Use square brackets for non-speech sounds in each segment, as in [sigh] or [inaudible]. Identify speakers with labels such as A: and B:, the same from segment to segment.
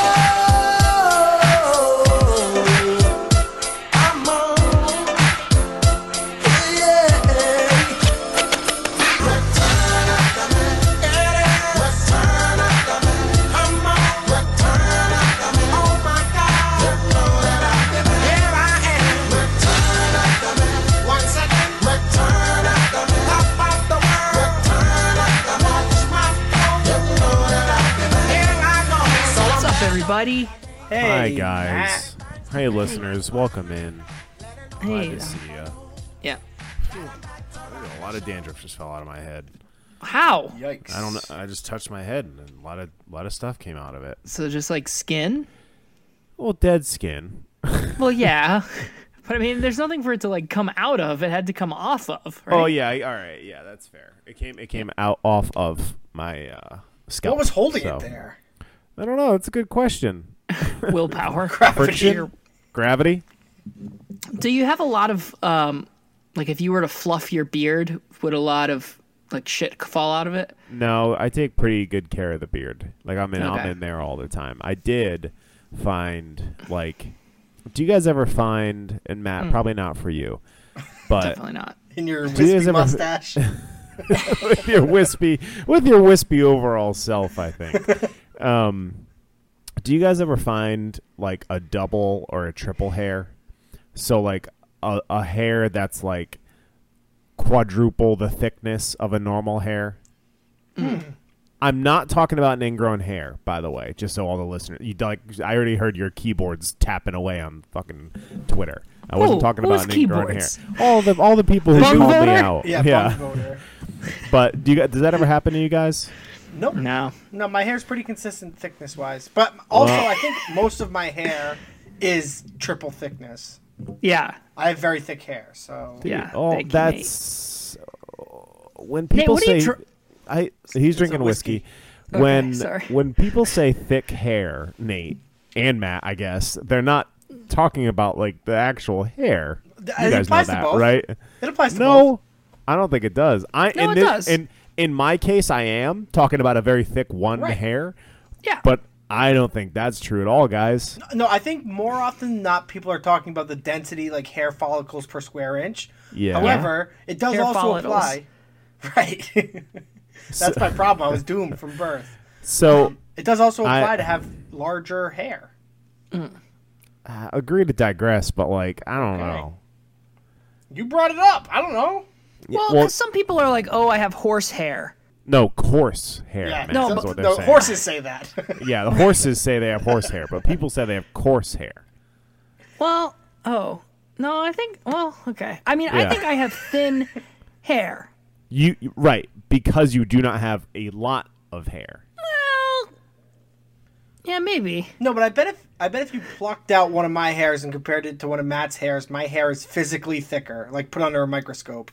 A: What's up, everybody?
B: Hey,
C: Hi, guys. Hey, listeners. Welcome in. Glad
A: Hey,
C: to see ya.
A: yeah.
C: A lot of dandruff just fell out of my head.
A: How?
B: Matt. Yikes.
C: I don't know. I just touched my head, and a lot of lot of stuff came out of it.
A: So just like skin?
C: Well, dead skin.
A: Well, yeah. [laughs] But I mean, there's nothing for it to like come out of. It had to come off of. Right?
C: Oh yeah. I- All right. Yeah, that's fair. It came. It came out off of my uh, scalp.
B: What was holding
C: so-
B: it there?
C: I don't know. It's a good question.
A: Willpower.
C: Friction, gravity.
A: Do you have a lot of um, like if you were to fluff your beard, would a lot of like shit fall out of it?
C: No, I take pretty good care of the beard. Like I'm in, I'm
A: Okay.
C: in there all the time. I did find like, do you guys ever find and Matt? Probably not for you, but
A: Definitely not.
C: [laughs]
B: In your
C: you
B: wispy
C: guys ever- [laughs]
B: mustache. [laughs]
C: with your wispy, with your wispy overall self, I think. um, do you guys ever find like a double or a triple hair? So like a, a hair that's like quadruple the thickness of a normal hair. I'm not talking about an ingrown hair, by the way, just so all the listeners. You like, I already heard your keyboards tapping away on fucking Twitter. I wasn't
A: Who?
C: talking
A: Who's
C: about an ingrown
A: keyboards?
C: hair. All the all the people who
A: Bung
C: called me
A: voter?
C: out.
B: yeah, yeah. voter.
C: But do you, gu- does that ever happen to you guys?
B: Nope. No.
A: No.
B: my hair's pretty consistent thickness wise, but also I think most of my hair is triple thickness.
A: Yeah.
B: I have very thick hair, so
A: Yeah.
C: Oh,
A: thank you,
C: that's Oh, when people
A: what are
C: say.
A: you dr-
C: I he's drinking whiskey.
B: whiskey.
C: When
A: sorry.
C: when people say thick hair, Nate and Matt, I guess they're not talking about like the actual hair. You
B: Th- it
C: guys know
B: applies to
C: that,
B: both.
C: right?
B: it applies to both.
C: No, I don't think it does. I
A: No,
C: in
A: it
C: this,
A: does.
C: In in my case, I am talking about a very thick one
B: Right.
C: hair,
A: Yeah.
C: but I don't think that's true at all, guys.
B: No, I think more often than not, people are talking about the density, like hair follicles per square inch.
C: Yeah.
B: However, it does
A: Hair
B: also
A: follicles.
B: apply. [laughs] Right. [laughs] That's my problem. I was doomed from birth.
C: So
B: It does also
C: I-
B: apply to have larger hair.
C: I agree to digress, but like I don't
B: Okay.
C: know.
B: You brought it up. I don't know.
A: Well, 'cause
C: well-
A: some people are like, "Oh, I have horse hair."
C: No, coarse hair.
B: Yeah,
C: man,
A: No,
C: is
A: but-
C: what they're
B: the
C: saying.
B: horses say that. [laughs]
C: Yeah, the horses say they have horse hair, but people say they have coarse hair.
A: Well, oh no, I think. Well, okay. I mean, I
C: Yeah.
A: think I have thin hair.
C: You you- right because you do not have a lot of hair.
A: Well, yeah, maybe.
B: no, but I bet if I bet if you plucked out one of my hairs and compared it to one of Matt's hairs, my hair is physically thicker. Like put under a microscope.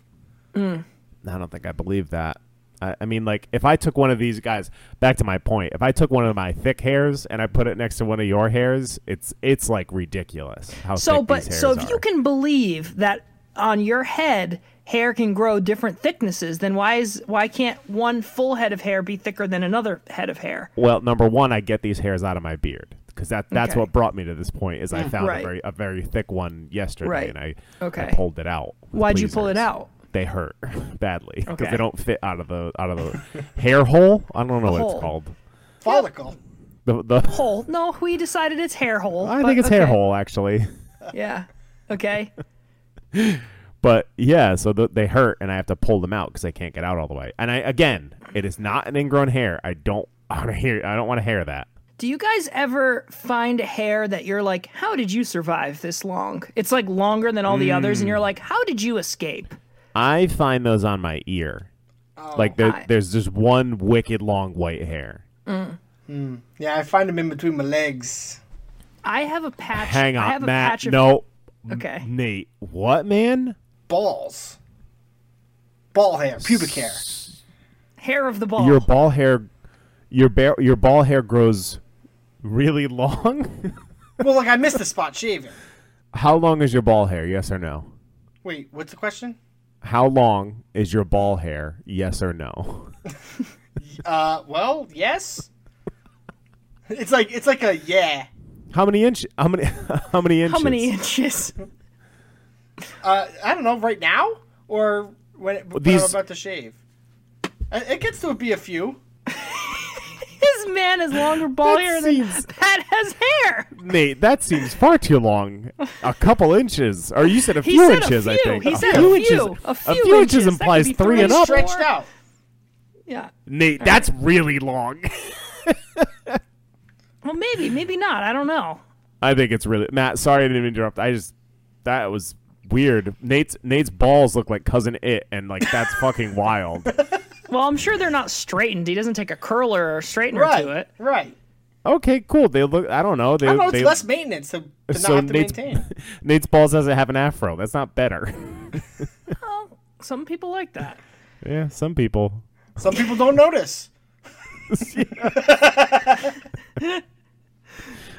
C: I don't think I believe that. I, I mean, like if I took one of these guys back to my point, if I took one of my thick hairs and I put it next to one of your hairs, it's it's like ridiculous how
A: So,
C: thick
A: but
C: these
A: so
C: hairs
A: if you
C: are.
A: can believe that on your head hair can grow different thicknesses, then why is why can't one full head of hair be thicker than another head of hair?
C: Well, number one, I get these hairs out of my beard because that that's
A: Okay.
C: what brought me to this point. Is I found
A: Right.
C: a very a very thick one yesterday,
A: Right.
C: and I
A: Okay.
C: I pulled it out. with
A: Why'd you pull it
C: tweezers.
A: out?
C: They hurt [laughs] badly because
A: Okay.
C: they don't fit out of the out of the hair hole. I don't know what
A: hole.
C: it's called.
B: Follicle.
C: The, the
A: Hole? No, we decided it's hair hole.
C: I
A: but
C: think it's hair
A: okay.
C: hole actually,
A: Yeah. Okay.
C: but yeah, so th they hurt and I have to pull them out because I can't get out all the way. And I again, it is not an ingrown hair. I don't [laughs] want to hear. I don't want to hear that.
A: Do you guys ever find a hair that you're like, how did you survive this long? It's like longer than all the others, and you're
C: Mm.
A: like, how did you escape?
C: I find those on my ear.
A: Oh,
C: like there,
A: I-
C: there's just one wicked long white hair.
B: Yeah, I find them in between my legs.
A: I have a patch.
C: Hang
A: I have
C: on,
A: a
C: Matt.
A: patch of,
C: no,
A: Okay.
C: Nate. What man?
B: Balls. Ball hair. Pubic hair.
A: Hair of the ball.
C: Your ball hair, your bear, your ball hair grows really long. [laughs]
B: Well, like I missed the spot shaving.
C: How long is your ball hair? Yes or no?
B: Wait, what's the question?
C: How long is your ball hair? Yes or no?
B: Uh, well, yes. It's like it's like a yeah.
C: How many inch? How many? [laughs] How many inches?
A: How many [laughs] inches?
B: Uh, I don't know right now or when, it, when
C: these-
B: I'm about to shave. Uh, It gets to be a few.
A: This man has longer ball
C: That
A: hair than [laughs]
C: seems-
A: Pat has hair.
C: Nate, that seems far too long. A couple inches, or you said a
A: He
C: few
A: said a
C: inches. I
A: few.
C: think
A: He
C: a
A: said
C: few
A: a
C: inches.
A: few. A few
C: inches
A: inches. That could
C: implies
A: be
C: three
A: three
C: and
A: to
C: up.
A: four.
B: Stretched out.
A: Yeah.
C: Nate, that's really long. [laughs]
A: Well, maybe, maybe not. I don't know.
C: I think it's really Matt. Sorry, I didn't mean to interrupt. I just that was weird. Nate's Nate's balls look like cousin it, and like [laughs] that's fucking wild.
A: Well, I'm sure they're not straightened. He doesn't take a curler or a straightener to
B: Right.
A: it.
B: Right.
C: Okay, cool. They look. I don't know. They,
B: I don't know. It's
C: they,
B: less maintenance to, to
C: so
B: not have to
C: Nate's,
B: maintain.
C: Nate's balls doesn't have an afro. That's not better. [laughs]
A: Well, some people like that.
C: yeah, some people.
B: Some people don't notice.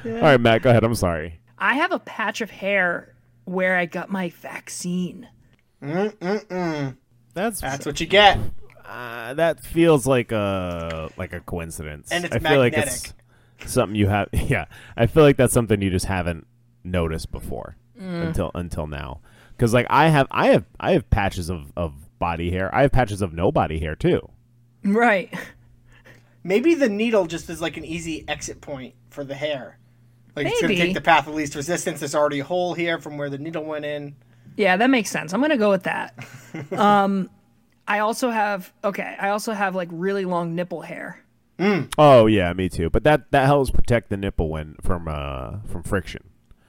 C: All right, Matt, go ahead. I'm sorry.
A: I have a patch of hair where I got my vaccine.
C: That's
B: That's what you get.
C: Uh, that feels like a like a coincidence.
B: And it's
C: I feel like it's
B: magnetic.
C: something you have. [laughs] Yeah, I feel like that's something you just haven't noticed before
B: Mm.
C: until until now. Because like I have I have I have patches of of body hair. I have patches of no body hair too.
A: Right.
B: Maybe the needle just is like an easy exit point for the hair. Like it's gonna
A: Maybe.
B: take the path of least resistance. There's already a hole here from where the needle went in.
A: Yeah, that makes sense. I'm gonna go with that. um, I also have okay. I also have like really long nipple hair.
C: Oh yeah, me too. But that that helps protect the nipple when from uh from friction.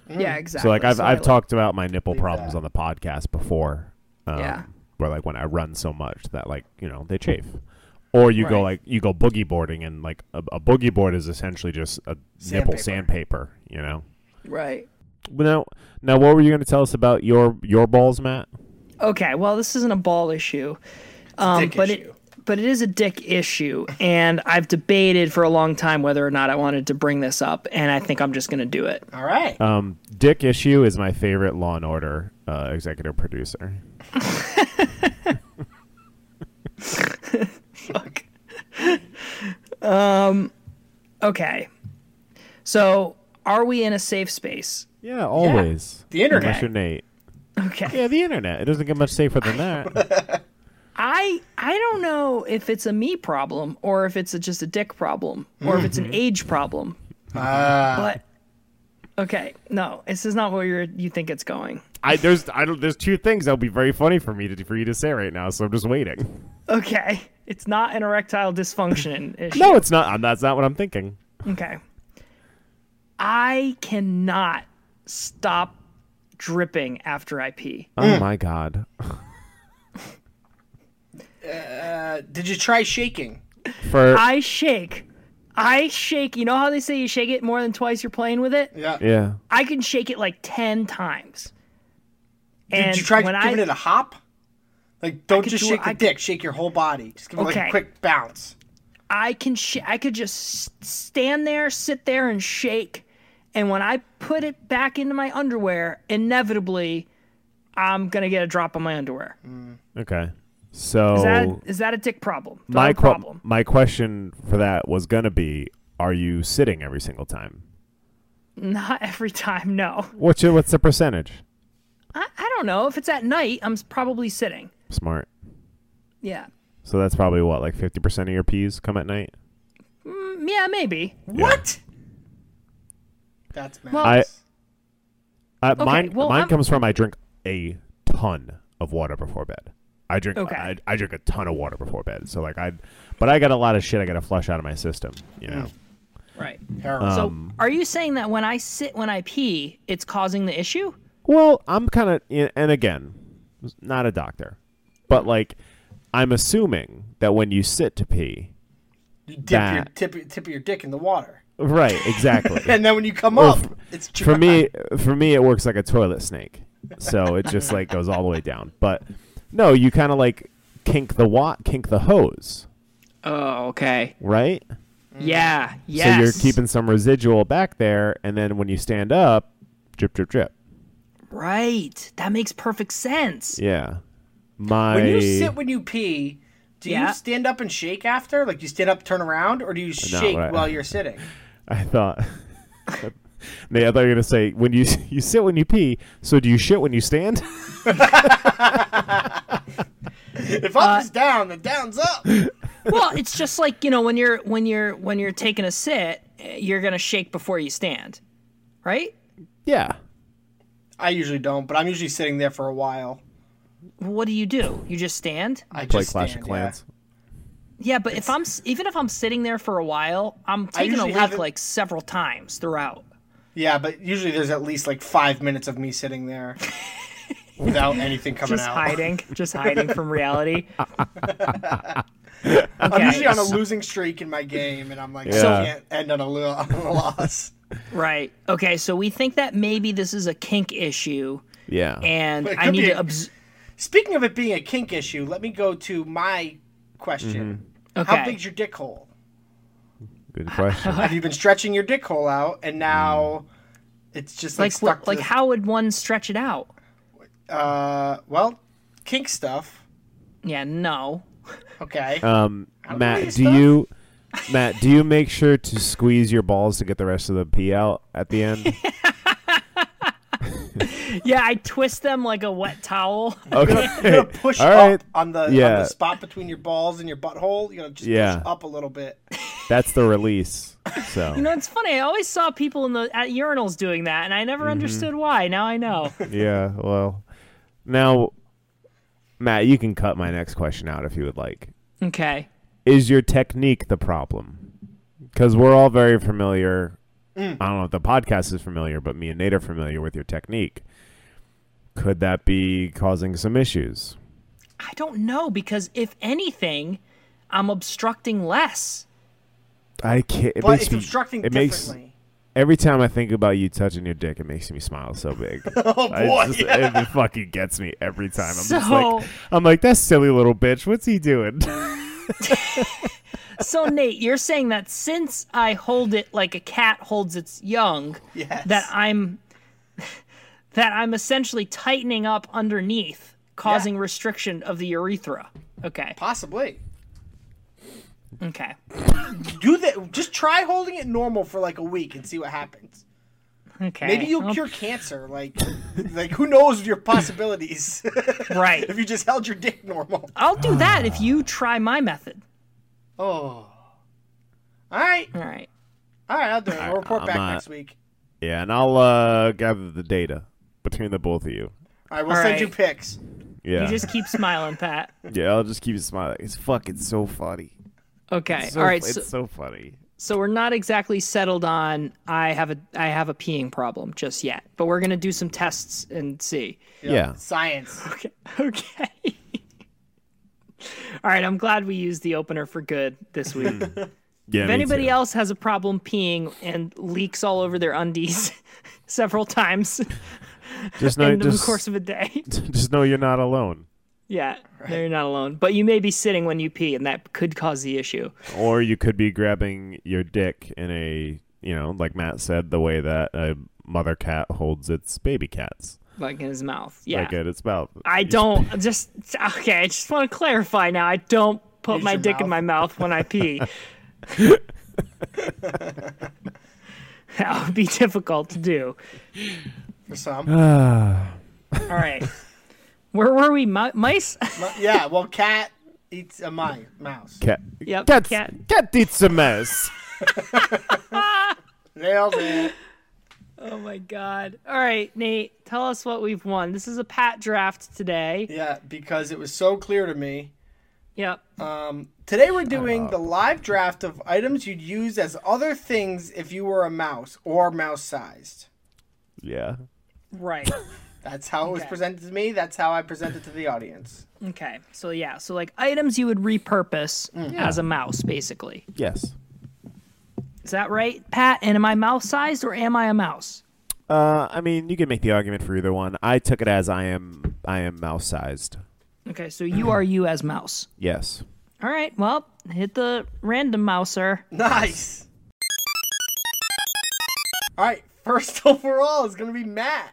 A: Yeah, exactly.
C: So like I've
A: I
C: I've talked about my nipple problems
B: that.
C: on the podcast before. Um,
A: Yeah.
C: Where like when I run so much that like you know they chafe, or you go
A: Right.
C: like you go boogie boarding and like a, a boogie board is essentially just a nipple
B: Sandpaper.
C: sandpaper. You know.
A: right.
C: Now now what were you going to tell us about your your balls, Matt?
A: Okay. Well, this isn't a ball issue, um,
B: dick
A: but
B: issue.
A: it but it is a dick issue, and I've debated for a long time whether or not I wanted to bring this up, and I think I'm just gonna do it.
B: All right.
C: Um, Dick issue is my favorite Law and Order uh, executive producer.
A: Fuck. um. Okay. So, are we in a safe space?
C: Yeah, always
B: The internet.
C: Unless you're Nate.
A: Okay.
C: Yeah, the internet. It doesn't get much safer than that.
A: I I don't know if it's a me problem or if it's a, just a dick problem or if it's
B: Mm-hmm.
A: an age problem.
B: Ah.
A: But okay, no, this is not where you're, you think it's going.
C: [laughs] I there's I don't there's two things that'll be very funny for me to for you to say right now. So I'm just waiting.
A: Okay, it's not an erectile dysfunction issue.
C: No, it's not. Um, that's not what I'm thinking.
A: Okay, I cannot stop dripping after I pee.
C: Oh my god.
B: Uh, did you try shaking?
C: For
A: I shake. I shake. You know how they say you shake it more than twice you're playing with it?
B: Yeah.
C: yeah,
A: I can shake it like 10 times.
B: Did you try giving it a hop? Like, don't
A: could
B: just
A: do
B: shake
A: it-
B: the
A: I could-
B: dick. Shake your whole body. Just give it like
A: Okay.
B: a quick bounce.
A: I can sh- I could just s- stand there, sit there and shake. And when I put it back into my underwear, inevitably I'm going to get a drop on my underwear.
C: okay. So
A: Is that is that a dick problem? Do I
C: my
A: have a
C: que-
A: problem. [laughs]
C: my question for that was gonna be: Are you sitting every single time?
A: Not every time, no.
C: What's your, what's the percentage?
A: I, I don't know. If it's at night, I'm s- probably sitting.
C: Smart.
A: Yeah.
C: So that's probably what like fifty percent of your peas come at night.
A: Mm, Yeah, maybe.
B: What? That's mad.
A: Well-
C: I- Uh,
A: Okay,
C: mine
A: well,
C: mine
A: I'm-
C: comes from I drink a ton of water before bed. I drink
A: Okay.
C: I, I drink a ton of water before bed. So like I, but I got a lot of shit I got to flush out of my system. You know.
A: Right.
B: Terrible.
C: uh,
A: So, are you saying that when I sit when I pee, it's causing the issue?
C: Well, I'm kind of, and again, not a doctor, but like, I'm assuming that when you sit to pee,
B: you dip your
C: that-
B: tip, tip of your dick in the water,
C: right? Exactly.
B: [laughs] and then when you come
C: Well,
B: up, it's dry.
C: for me, for me, it works like a toilet snake, so it just like goes all the way down. But no, you kind of like kink the wat, kink the hose,
A: Oh, okay.
C: right?
A: Yeah. Yes.
C: So you're keeping some residual back there, and then when you stand up, drip, drip, drip.
A: Right. That makes perfect sense.
C: Yeah. My
B: When you sit when you pee, do
A: Yeah.
B: you stand up and shake after? Like you stand up, turn around, or do you shake
C: right.
B: while you're sitting?
C: [laughs] I thought. Nate, I thought you were gonna say when you [laughs] you sit when you pee. So do you shit when you stand?
B: [laughs]
C: [laughs]
B: If up is down, then down's up.
A: Well, it's just like, you know, when you're when you're when you're taking a sit, eh, you're going to shake before you stand. Right?
C: yeah.
B: I usually don't, but I'm usually sitting there for a while.
A: What do you do? You just stand?
B: I
C: Play
B: just
C: Clash
B: stand,
C: of Clans.
A: Yeah, but if I'm s- even if I'm sitting there for a while, I'm taking a
B: usually
A: leak
B: have it-
A: like several times throughout.
B: Yeah. yeah, but usually there's at least like five minutes of me sitting [laughs] there without anything coming
A: Just
B: out. [laughs]
A: hiding, just hiding from reality.
B: I'm usually on a
A: Okay.
B: losing streak in my game, and I'm like,
C: Yeah.
B: I can't end on a, lo- on a loss.
A: Right. Okay. So we think that maybe this is a kink issue,
C: Yeah.
A: and
B: But it
A: I
B: could
A: need
B: be
A: to.
B: a-
A: Obs-
B: Speaking of it being a kink issue, let me go to my question.
A: Okay.
C: Mm-hmm.
B: How big's your dick hole?
C: Good question.
B: [laughs] Have you been stretching your dick hole out, and now it's just like,
A: like,
B: stuck?
A: what,
B: to
A: like,
B: the-
A: how would one stretch it out?
B: Uh, well, kink stuff.
A: Yeah. No.
B: Okay.
C: Um,
B: know
C: Matt,
B: your
C: do
B: stuff.
C: you Matt, do you make sure to squeeze your balls to get the rest of the pee out at the
A: [laughs]
C: end? [laughs]
A: Yeah, I twist them like a wet towel. [laughs]
C: Okay.
B: You're gonna push
C: All
B: up
C: right.
B: on the, on
C: Yeah.
B: the spot between your balls and your butthole. You know, just
C: Yeah.
B: push up a little bit.
C: That's the release. So
A: You know, it's funny. I always saw people in the at urinals doing that, and I never
B: Mm-hmm.
A: understood why. Now
B: [laughs]
A: I know.
C: yeah. Well, now, Matt, you can cut my next question out if you would like.
A: Okay.
C: Is your technique the problem? Because we're all very familiar.
B: Mm.
C: I don't know if the podcast is familiar, but me and Nate are familiar with your technique. Could that be causing some issues?
A: I don't know because if anything, I'm obstructing less.
C: I can't. It
B: But
C: makes
B: it's
C: me-
B: obstructing
C: It makes
B: differently.
C: every time I think about you touching your dick, it makes me smile so
B: [laughs]
C: big.
B: oh
C: I
B: boy.
C: just-
B: yeah.
C: It fucking gets me every time. I'm just
A: So-
C: like, I'm like, that silly little bitch. What's he doing? [laughs]
A: So Nate, you're saying that since I hold it like a cat holds its young,
B: Yes.
A: that I'm [laughs] that I'm essentially tightening up underneath, causing
B: Yeah.
A: restriction of the urethra. Okay.
B: Possibly.
A: Okay.
B: Do that. Just try holding it normal for like a week and see what happens.
A: Okay.
B: Maybe you'll
A: Oh,
B: cure cancer. Like, [laughs] like who knows your possibilities? [laughs]
A: right.
B: if you just held your dick normal.
A: I'll do that if [sighs] you try my method.
B: Oh. All right.
A: All right.
B: All right. I'll do it. I'll report
C: I'm
B: back
C: not-
B: next week.
C: yeah, and I'll uh, gather the data between the both of you.
B: All right. We'll
A: All
B: send
A: right.
B: you pics.
C: Yeah,
A: You just keep smiling, Pat.
C: yeah. I'll just keep smiling. It's fucking so funny.
A: [laughs] Okay.
C: So
A: All right.
C: fu-
A: So,
C: it's so funny.
A: so we're not exactly settled on I have a I have a peeing problem just yet, but we're gonna do some tests and see.
C: Yeah.
B: Science.
A: [laughs] Okay. [laughs] Okay. [laughs] All right. I'm glad we used the opener for good this week. if
C: Yeah. me
A: anybody
C: too.
A: else has a problem peeing and leaks all over their undies [laughs] several times [laughs]
C: just know,
A: in the
C: just,
A: course of a day, [laughs]
C: [laughs] just know you're not alone,
A: yeah, no, you're not alone. But you may be sitting when you pee, and that could cause the issue.
C: or you could be grabbing your dick in a, you know, like Matt said, the way that a mother cat holds its baby cats,
A: Like in his mouth. Yeah.
C: like at its mouth. [sighs]
A: I don't just okay. I just want to clarify now. I don't put
B: Use
A: my
B: your
A: dick in
B: mouth.
A: my mouth when I pee. that would be difficult to do.
B: For some.
A: All right, where were we? Mi- mice? [laughs]
B: Mu- yeah, well, cat eats a mi- mouse.
C: Cat.
A: Yep,
C: Cats,
A: cat.
C: Cat eats a mess.
B: Nailed it.
A: oh my god! All right, Nate, tell us what we've won. This is a pat draft today.
B: Yeah, because it was so clear to me.
A: Yep.
B: Um, today we're doing the live draft of items you'd use as other things if you were a mouse or mouse sized.
C: yeah.
A: Right.
B: That's how it was
A: Okay.
B: presented to me. That's how I presented to the audience.
A: Okay. So yeah. So like items you would repurpose as a mouse, basically.
C: Yes.
A: Is that right, Pat? And am I mouse sized or am I a mouse?
C: Uh, I mean, you can make the argument for either one. I took it as I am I am mouse sized.
A: Okay, so you are you as mouse.
C: Yes.
A: All right, well, hit the random mouser.
B: Nice. [laughs] All right, first overall is going to be Matt.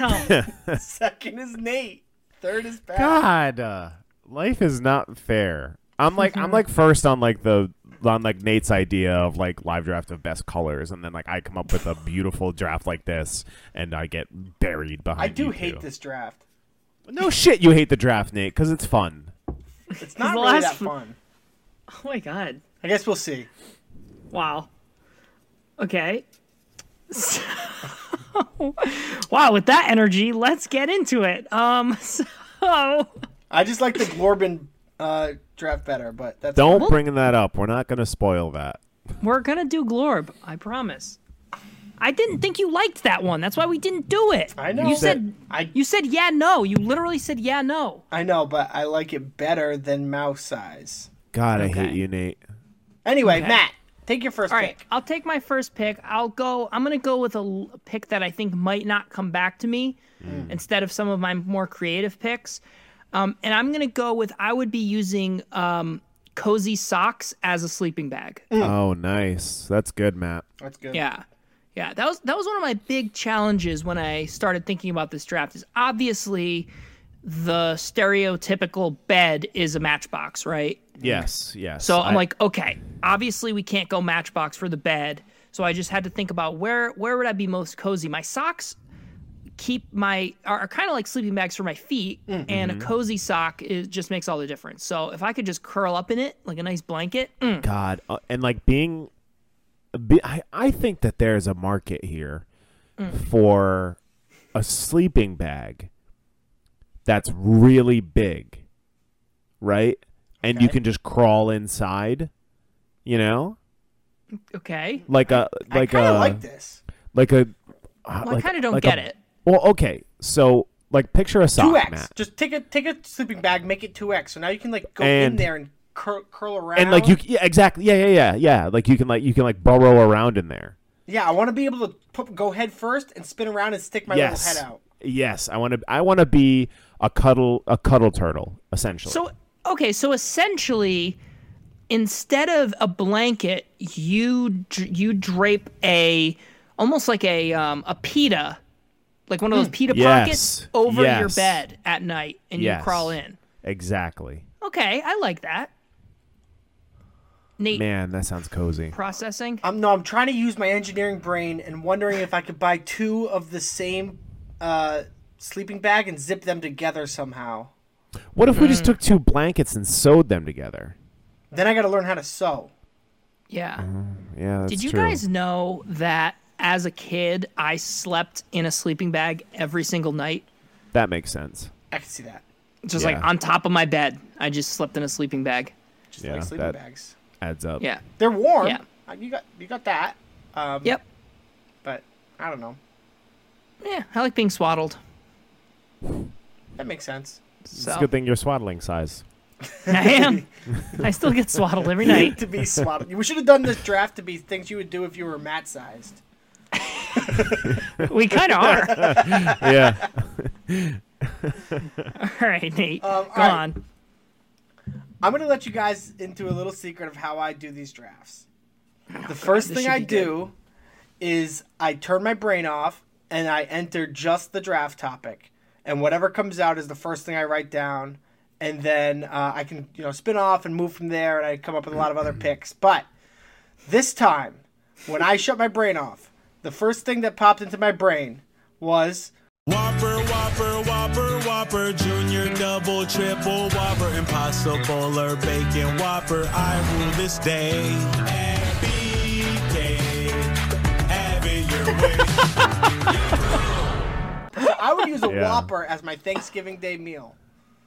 A: Oh,
B: Second is Nate. Third is Pat.
C: God, uh, life is not fair. I'm like I'm
A: [laughs]
C: like first on like the on like Nate's idea of like live draft of best colors, and then like I come up with a beautiful draft like this, and I get buried behind.
B: I do
C: you
B: hate
C: two.
B: this draft.
C: No shit, you hate the draft, Nate, because it's fun.
B: It's not
A: The
B: really that
A: last-
B: fun.
A: oh my god.
B: I guess we'll see.
A: Wow. Okay. So- [laughs] wow, with that energy, let's get into it. Um [laughs] so
B: I just like the Glorbin uh, draft better, but that's
C: Don't bring that up. We're not gonna spoil that.
A: we're going to do Glorb, I promise. I didn't think you liked that one. That's why we didn't do it.
B: I know.
A: You said
B: I
A: you said yeah no. You literally said yeah no.
B: I know, but I like it better than mouse size.
C: God, I
A: Okay.
C: hate you, Nate.
B: Anyway,
A: Okay.
B: Matt, take your first
A: All right,
B: pick.
A: I'll take my first pick. I'll go. I'm gonna go with a l- pick that I think might not come back to me, instead of some of my more creative picks. Um, and I'm gonna go with I would be using um, cozy socks as a sleeping bag.
C: Oh, nice. That's good, Matt.
B: That's good.
A: Yeah. Yeah, that was that was one of my big challenges when I started thinking about this draft is obviously the stereotypical bed is a matchbox, right?
C: Yes, yes.
A: So I'm
C: I-
A: like, okay, obviously we can't go matchbox for the bed. So I just had to think about where where would I be most cozy. My socks keep my are, are kind of like sleeping bags for my feet, and a cozy sock is just makes all the difference. So if I could just curl up in it like a nice blanket, mm,
C: God, uh, and like being, be, I I think that there's a market here
B: Mm.
C: for a sleeping bag that's really big, right? And you can just crawl inside, you know,
A: okay.
C: like a
B: I
C: like uh,
B: kind
C: a
B: of like this.
C: like a. uh,
A: Well, I kind of don't
C: like a-
A: get it.
C: Well, okay, so like picture a sock,
B: Two X.
C: Matt.
B: Just take a take a sleeping bag, make it two X. So now you can like go in
C: And-
B: there and cur- curl around.
C: and like you, yeah, exactly, yeah, yeah, yeah, yeah. Like you can like you can like burrow around in there.
B: yeah, I want to be able to put, go head first and spin around and stick my
C: yes.
B: little head out.
C: Yes, I want to. I want to be a cuddle, a cuddle turtle, essentially.
A: So okay, so essentially, instead of a blanket, you dr- you drape a almost like a um, a pita, like one of those pita
C: Hmm. Yes.
A: pockets over your
C: Yes.
A: bed at night, and
C: Yes.
A: you crawl in.
C: exactly.
A: Okay, I like that. Nate,
C: Man, that sounds cozy.
A: processing.
B: I'm no, I'm trying to use my engineering brain and wondering if I could buy two of the same uh, sleeping bag and zip them together somehow.
C: What if we
B: Mm.
C: just took two blankets and sewed them together?
B: Then I got to learn how to sew.
A: Yeah.
C: Yeah, Uh, that's
A: Did you
C: true.
A: guys know that as a kid I slept in a sleeping bag every single night?
C: That makes sense.
B: I can see that.
A: Just like
C: Yeah.
A: on top of my bed, I just slept in a sleeping bag.
B: Just
C: Yeah,
B: like sleeping
C: that-
B: bags.
C: Adds up.
A: Yeah.
B: They're warm.
A: Yeah.
B: Uh, You got you got that. Um,
A: Yep.
B: But I don't know.
A: Yeah, I like being swaddled.
B: That makes sense.
A: So
C: it's a good thing you're swaddling
B: [laughs]
C: size.
A: I
C: [laughs]
A: am. I still get swaddled every
B: [laughs]
A: night.
B: to be swaddled. We should have done this draft to be things you would do if you were Matt sized.
A: We
C: [laughs]
A: kind of are.
C: yeah.
A: All right, Nate.
B: Um, all
A: go
B: right.
A: on.
B: I'm gonna let you guys into a little secret of how I do these drafts. The first
A: Oh, this
B: thing
A: should
B: I
A: be
B: do is I turn my brain off and I enter just the draft topic, and whatever comes out is the first thing I write down, and then uh, I can you know spin off and move from there, and I come up with a lot of other picks. But this time, when I shut my brain off, the first thing that popped into my brain was
D: Whopper, Whopper, Whopper, Whopper, Junior, Double, Triple, Whopper, Impossible, or Bacon, Whopper, I rule this day. And BK, have it your way.
B: I would use a
C: Yeah.
B: Whopper as my Thanksgiving Day meal.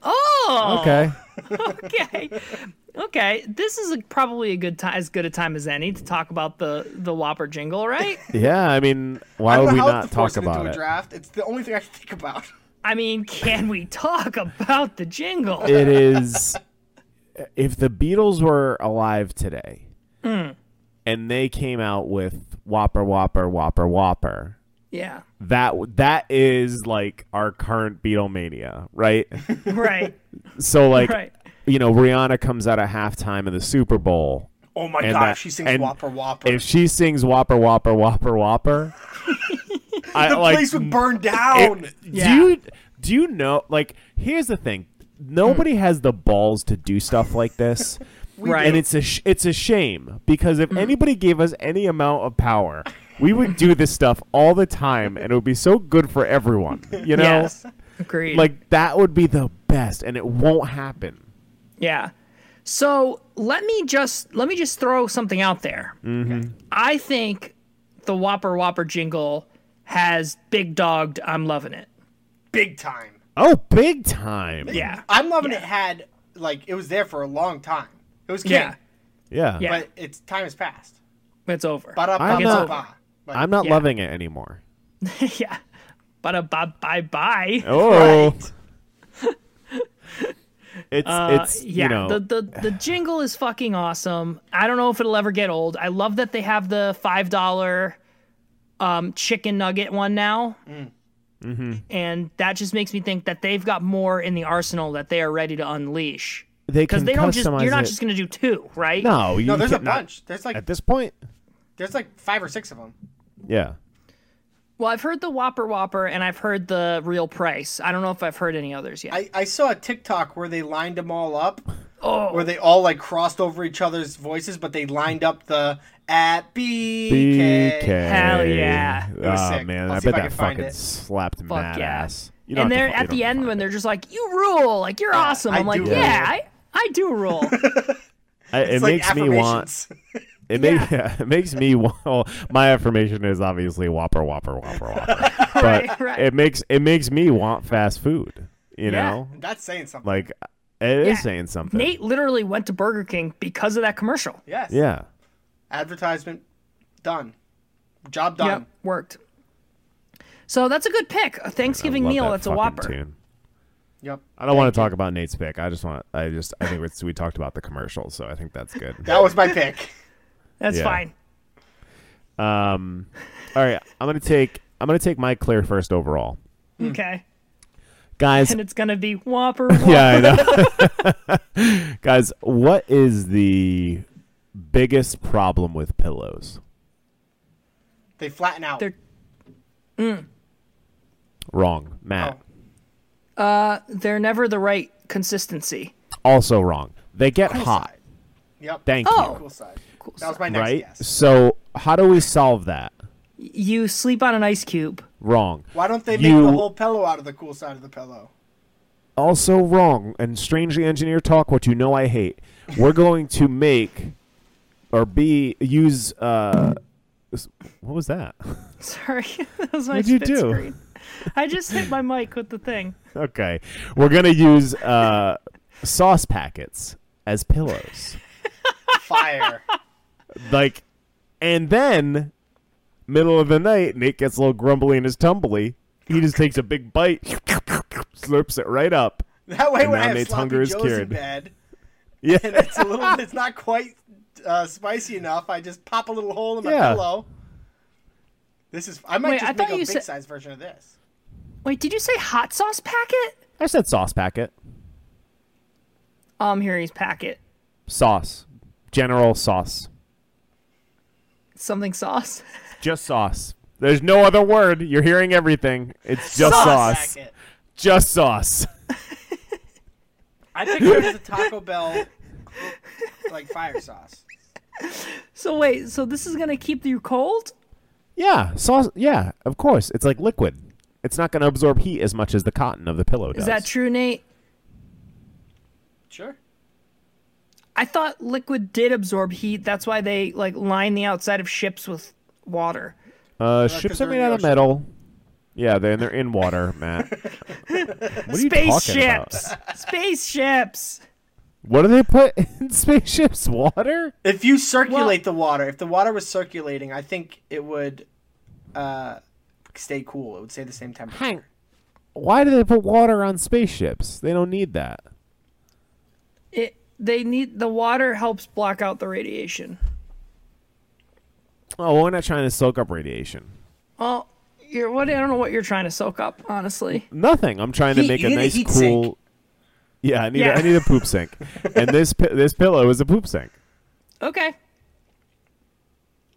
A: Oh.
C: Okay.
A: Okay. Okay. This is a, probably a good time, as good a time as any, to talk about the the Whopper jingle, right?
C: Yeah. I mean, why would
B: don't
C: we
B: know how else
C: not
B: to force
C: talk about
B: into
C: it?
B: A draft. It's the only thing I can think about.
A: I mean, can we talk about the jingle?
C: it is [laughs] if the Beatles were alive today
B: Mm.
C: and they came out with Whopper Whopper Whopper Whopper
A: yeah.
C: that that is like our current Beatlemania, right?
A: Right. [laughs]
C: so like
A: Right.
C: you know Rihanna comes out at halftime of the Super Bowl.
B: Oh my
C: And
B: gosh,
C: that-
B: she sings
C: and
B: Whopper Whopper.
A: [laughs]
C: If she sings Whopper Whopper Whopper Whopper I,
B: the
C: like,
B: place would burn down.
A: Yeah.
C: Do you do you know? Like, here's the thing:
A: Hmm.
C: nobody has the balls to do stuff like
A: [laughs]
C: this,
A: Right.
C: and it's a sh- it's a shame because
A: Hmm.
C: if anybody gave us any amount of power, we would do this stuff all the time, and it would be so good for everyone.
A: [laughs]
C: You know,
A: Yes. Agreed.
C: like that would be the best, and it won't happen.
A: Yeah. So let me just let me just throw something out there.
C: Mm-hmm.
A: I think the Whopper Whopper jingle has big dogged. I'm loving it.
B: Big time.
C: Oh, big time!
A: Yeah.
B: I'm loving it had like it was there for a long time. It was king,
A: Yeah.
C: yeah.
A: Yeah.
B: but it's time has passed.
A: It's over.
C: I'm
A: not-
B: Ba-da-ba-ba-ba. Like,
C: I'm not
A: Yeah.
C: loving it anymore.
A: [laughs] yeah. But a bye bye bye.
C: Oh.
B: Right.
C: It's
A: Uh,
C: it's
A: yeah,
C: you know
A: the, the the jingle is fucking awesome. I don't know if it'll ever get old. I love that they have the five dollar um, chicken nugget one now,
C: Mm.
A: Mm-hmm.
C: Mm-hmm.
A: and that just makes me think that they've got more in the arsenal that they are ready to unleash.
C: they
A: Because
C: can
A: they don't just
C: customize
A: you're not
C: it.
A: just gonna do two, right?
C: no you
B: No, there's a
C: cannot-
B: bunch. There's like
C: at this point.
B: there's like five or six of them.
C: Yeah,
A: Well, I've heard the Whopper Whopper and I've heard the real price. I don't know if I've heard any others yet.
B: I, I saw a TikTok where they lined them all up. Oh. Where they all like crossed over each other's voices, but they lined up the at BK.
C: BK.
A: Hell yeah.
C: Oh
A: It
B: was sick.
C: man,
B: I'll
C: I
B: see
C: bet
B: if I
C: that
B: can find
C: fucking
B: it.
C: slapped mad
A: Fuck yeah.
C: ass. You don't
A: and
C: have to
A: they're
C: fu- you don't
A: at the
C: have to
A: end
C: find it.
A: when they're just like, "You rule!" Like you're awesome.
B: I
A: I'm like,
B: do
A: "Yeah,
B: rule.
A: I I
C: [laughs]
A: do rule."
C: I- it
B: It's like
C: makes me want.
B: affirmations.
C: It makes [laughs] it makes me want. Well, my affirmation is obviously Whopper, Whopper, Whopper, Whopper. but
A: Right, right.
C: it makes it makes me want fast food. You
A: Yeah.
C: know,
B: [laughs] That's saying something.
C: like it is
A: Yeah.
C: saying something.
A: Nate literally went to Burger King because of that commercial.
B: yes.
C: Yeah.
B: Advertisement done. Job done.
A: Yep, worked. So that's a good pick. A Thanksgiving
C: Love
A: meal
C: that
A: that's a
C: fucking
A: Whopper.
C: tune.
B: Yep.
C: I don't want to talk about Nate's pick. I just want. I just. I think it's, we talked about the commercials, so I think that's good.
A: [laughs]
B: That was my pick.
A: That's
C: Yeah.
A: fine.
C: Um, all right. I'm gonna take. I'm gonna take my clear first overall,
A: Okay.
C: guys.
A: And it's going to be Whopper. Whopper.
C: Hmm. [laughs] yeah, I know. [laughs] guys, what is the biggest problem with pillows?
B: They flatten out.
A: They're-
C: Wrong, Matt.
B: Oh.
A: They're never the right consistency.
C: Also wrong. They get hot.
B: side. Yep.
C: Thank
A: Oh.
B: Cool side.
A: Cool.
B: That was my
C: you.
B: next
C: Right.
B: guess.
C: So how do we solve that?
A: You sleep on an ice cube.
C: Wrong.
B: Why don't they make
C: You-
B: the whole pillow out of the cool side of the pillow?
C: also wrong and strangely engineer talk what you know i hate we're going to make or be use uh s- what was that [laughs]
A: Sorry. [laughs] that was my
C: What'd you
A: spit
C: do?
A: screen. I just hit my mic with the thing.
C: okay we're gonna use uh sauce packets as pillows
A: [laughs]
B: Fire.
C: like and then middle of the night nate gets a little grumbly in his tumbly he just takes a big bite [laughs] slurps it right up
B: that way,
C: And
B: when
C: now
B: I have
C: Nate's
B: sloppy
C: hunger is
B: joes in
C: cured.
B: bed,
C: yeah
B: it's a little. It's not quite uh, spicy enough. I just pop a little hole in my
C: Yeah.
B: pillow. This is. I might
A: Wait, I
B: just make
A: thought
B: a
A: you
B: big
A: said-
B: size version of this.
A: Wait, did you say hot sauce packet?
C: i said sauce packet
A: Um, here he's packet.
C: sauce general sauce
A: Something sauce. [laughs]
C: Just sauce. There's no other word. You're hearing everything. It's just sauce.
B: Packet.
C: Just sauce.
B: I picture it as a [laughs] Taco Bell, like fire sauce.
A: So wait, so this is going to keep you cold?
C: Yeah, sauce. Yeah, of course. It's like liquid. It's not going to absorb heat as much as the cotton of the pillow does.
A: Is that true, Nate?
B: Sure.
A: I thought liquid did absorb heat. That's why they like line the outside of ships with water.
C: Uh,
B: Like
C: ships
B: the
C: are made out of
B: ocean.
C: metal. Yeah, they're, they're in
A: [laughs]
C: water, Matt. what are you talking
A: Spaceships.
C: about? [laughs]
A: Spaceships.
C: What do they put [laughs] in spaceships? Water?
B: If you circulate the water, if the water was circulating, I think it would uh, stay cool. It would stay the same temperature.
C: Why do they put water on spaceships? They don't need that.
A: It they need the water helps block out the radiation.
C: Oh, we're not trying to soak up radiation.
A: Well, you're what I don't know what you're trying to soak up, honestly.
C: Nothing. I'm trying to
B: Heat-
C: make
B: you
C: a
B: need a
C: nice,
B: heat
C: cool.
B: sink.
C: Yeah, I need
A: Yeah.
C: A, I need a poop
B: [laughs]
C: sink, and this pi- this pillow is a poop sink.
A: Okay.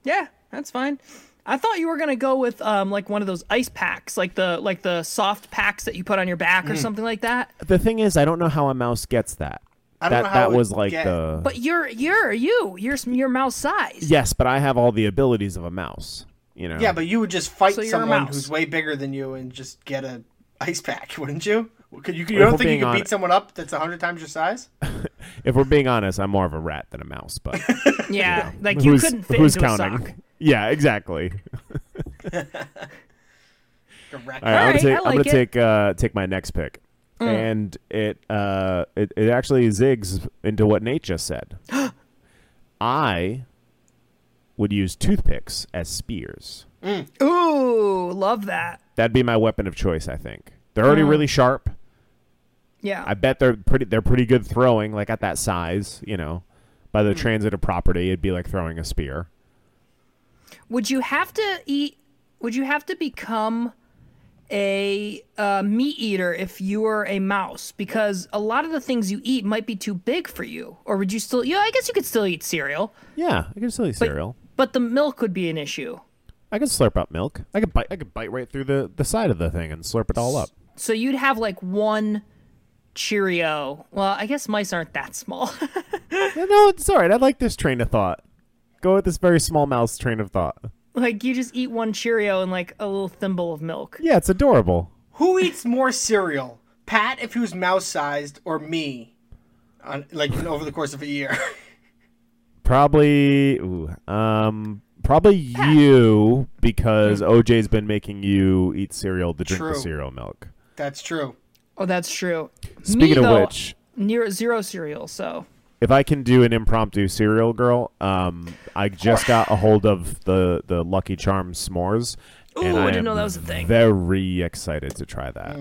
A: Yeah, that's fine. I thought you were gonna go with um like one of those ice packs, like the like the soft packs that you put on your back
C: Mm.
A: or something like that.
C: The thing is, I don't know how a mouse gets that.
B: I don't
C: that
B: know how
C: that
B: it would
C: was like
B: get-
C: the
A: But you're you're you. You're s- your mouse size.
C: yes, but I have all the abilities of a mouse. You know.
B: Yeah, but you would just fight
A: So you're a
B: someone
A: mouse.
B: who's way bigger than you and just get a ice pack, [laughs] wouldn't you? Could you, you
C: If
B: don't
C: we're
B: think
C: being
B: you could
C: honest-
B: beat someone up that's hundred times your
C: [laughs]
B: size?
C: if we're being honest, I'm more of a rat than a mouse.
B: [laughs]
C: But
A: Yeah, like you
C: who's,
A: couldn't fit
C: who's
A: into
C: counting?
A: a sock.
C: Yeah, exactly.
B: Like a
C: All right, I'm
A: All
C: gonna
A: right,
C: take,
A: I
C: I'm
A: like
C: gonna
A: it. Mm.
C: take uh, take my next pick, and it uh it, it actually zigs into what Nate just
A: [gasps]
C: said. I would use toothpicks as spears.
A: Ooh, love that.
C: That'd be my weapon of choice. I think they're
A: Mm.
C: already really sharp.
A: Yeah.
C: I bet they're pretty. They're pretty good throwing, like at that size. You know, by
A: Mm.
C: the transitive property, it'd be like throwing a spear.
A: would you have to eat? Would you have to become a uh, meat eater if you were a mouse? Because a lot of the things you eat might be too big for you. Or would you still? Yeah, I guess you could still eat cereal,
C: Yeah, I could still eat cereal.
A: but the milk would be an issue.
C: I could slurp up milk. I could bite. I could bite right through the the side of the thing and slurp it all up.
A: So you'd have like one Cheerio. Well, I guess mice aren't that small. [laughs]
C: Yeah, no, it's all right. I like this train of thought. Go with this very small mouse train of thought.
A: like you just eat one Cheerio and like a little thimble of milk.
C: Yeah, it's adorable.
B: Who eats more cereal, Pat if he was mouse sized, or me, on like over the course of a year? [laughs]
C: Probably, ooh, um, probably you because
A: Mm.
C: OJ's been making you eat cereal to drink
B: True.
C: the cereal milk.
B: that's true.
A: Oh, that's true.
C: Speaking
A: Me,
C: of
A: though,
C: which,
A: near zero cereal. So
C: if I can do an impromptu cereal girl, um, I just got a hold of the the Lucky Charms s'mores. and
A: Ooh, I
C: I
A: didn't
C: am
A: know that was a thing. Mm.
C: Very excited to try that,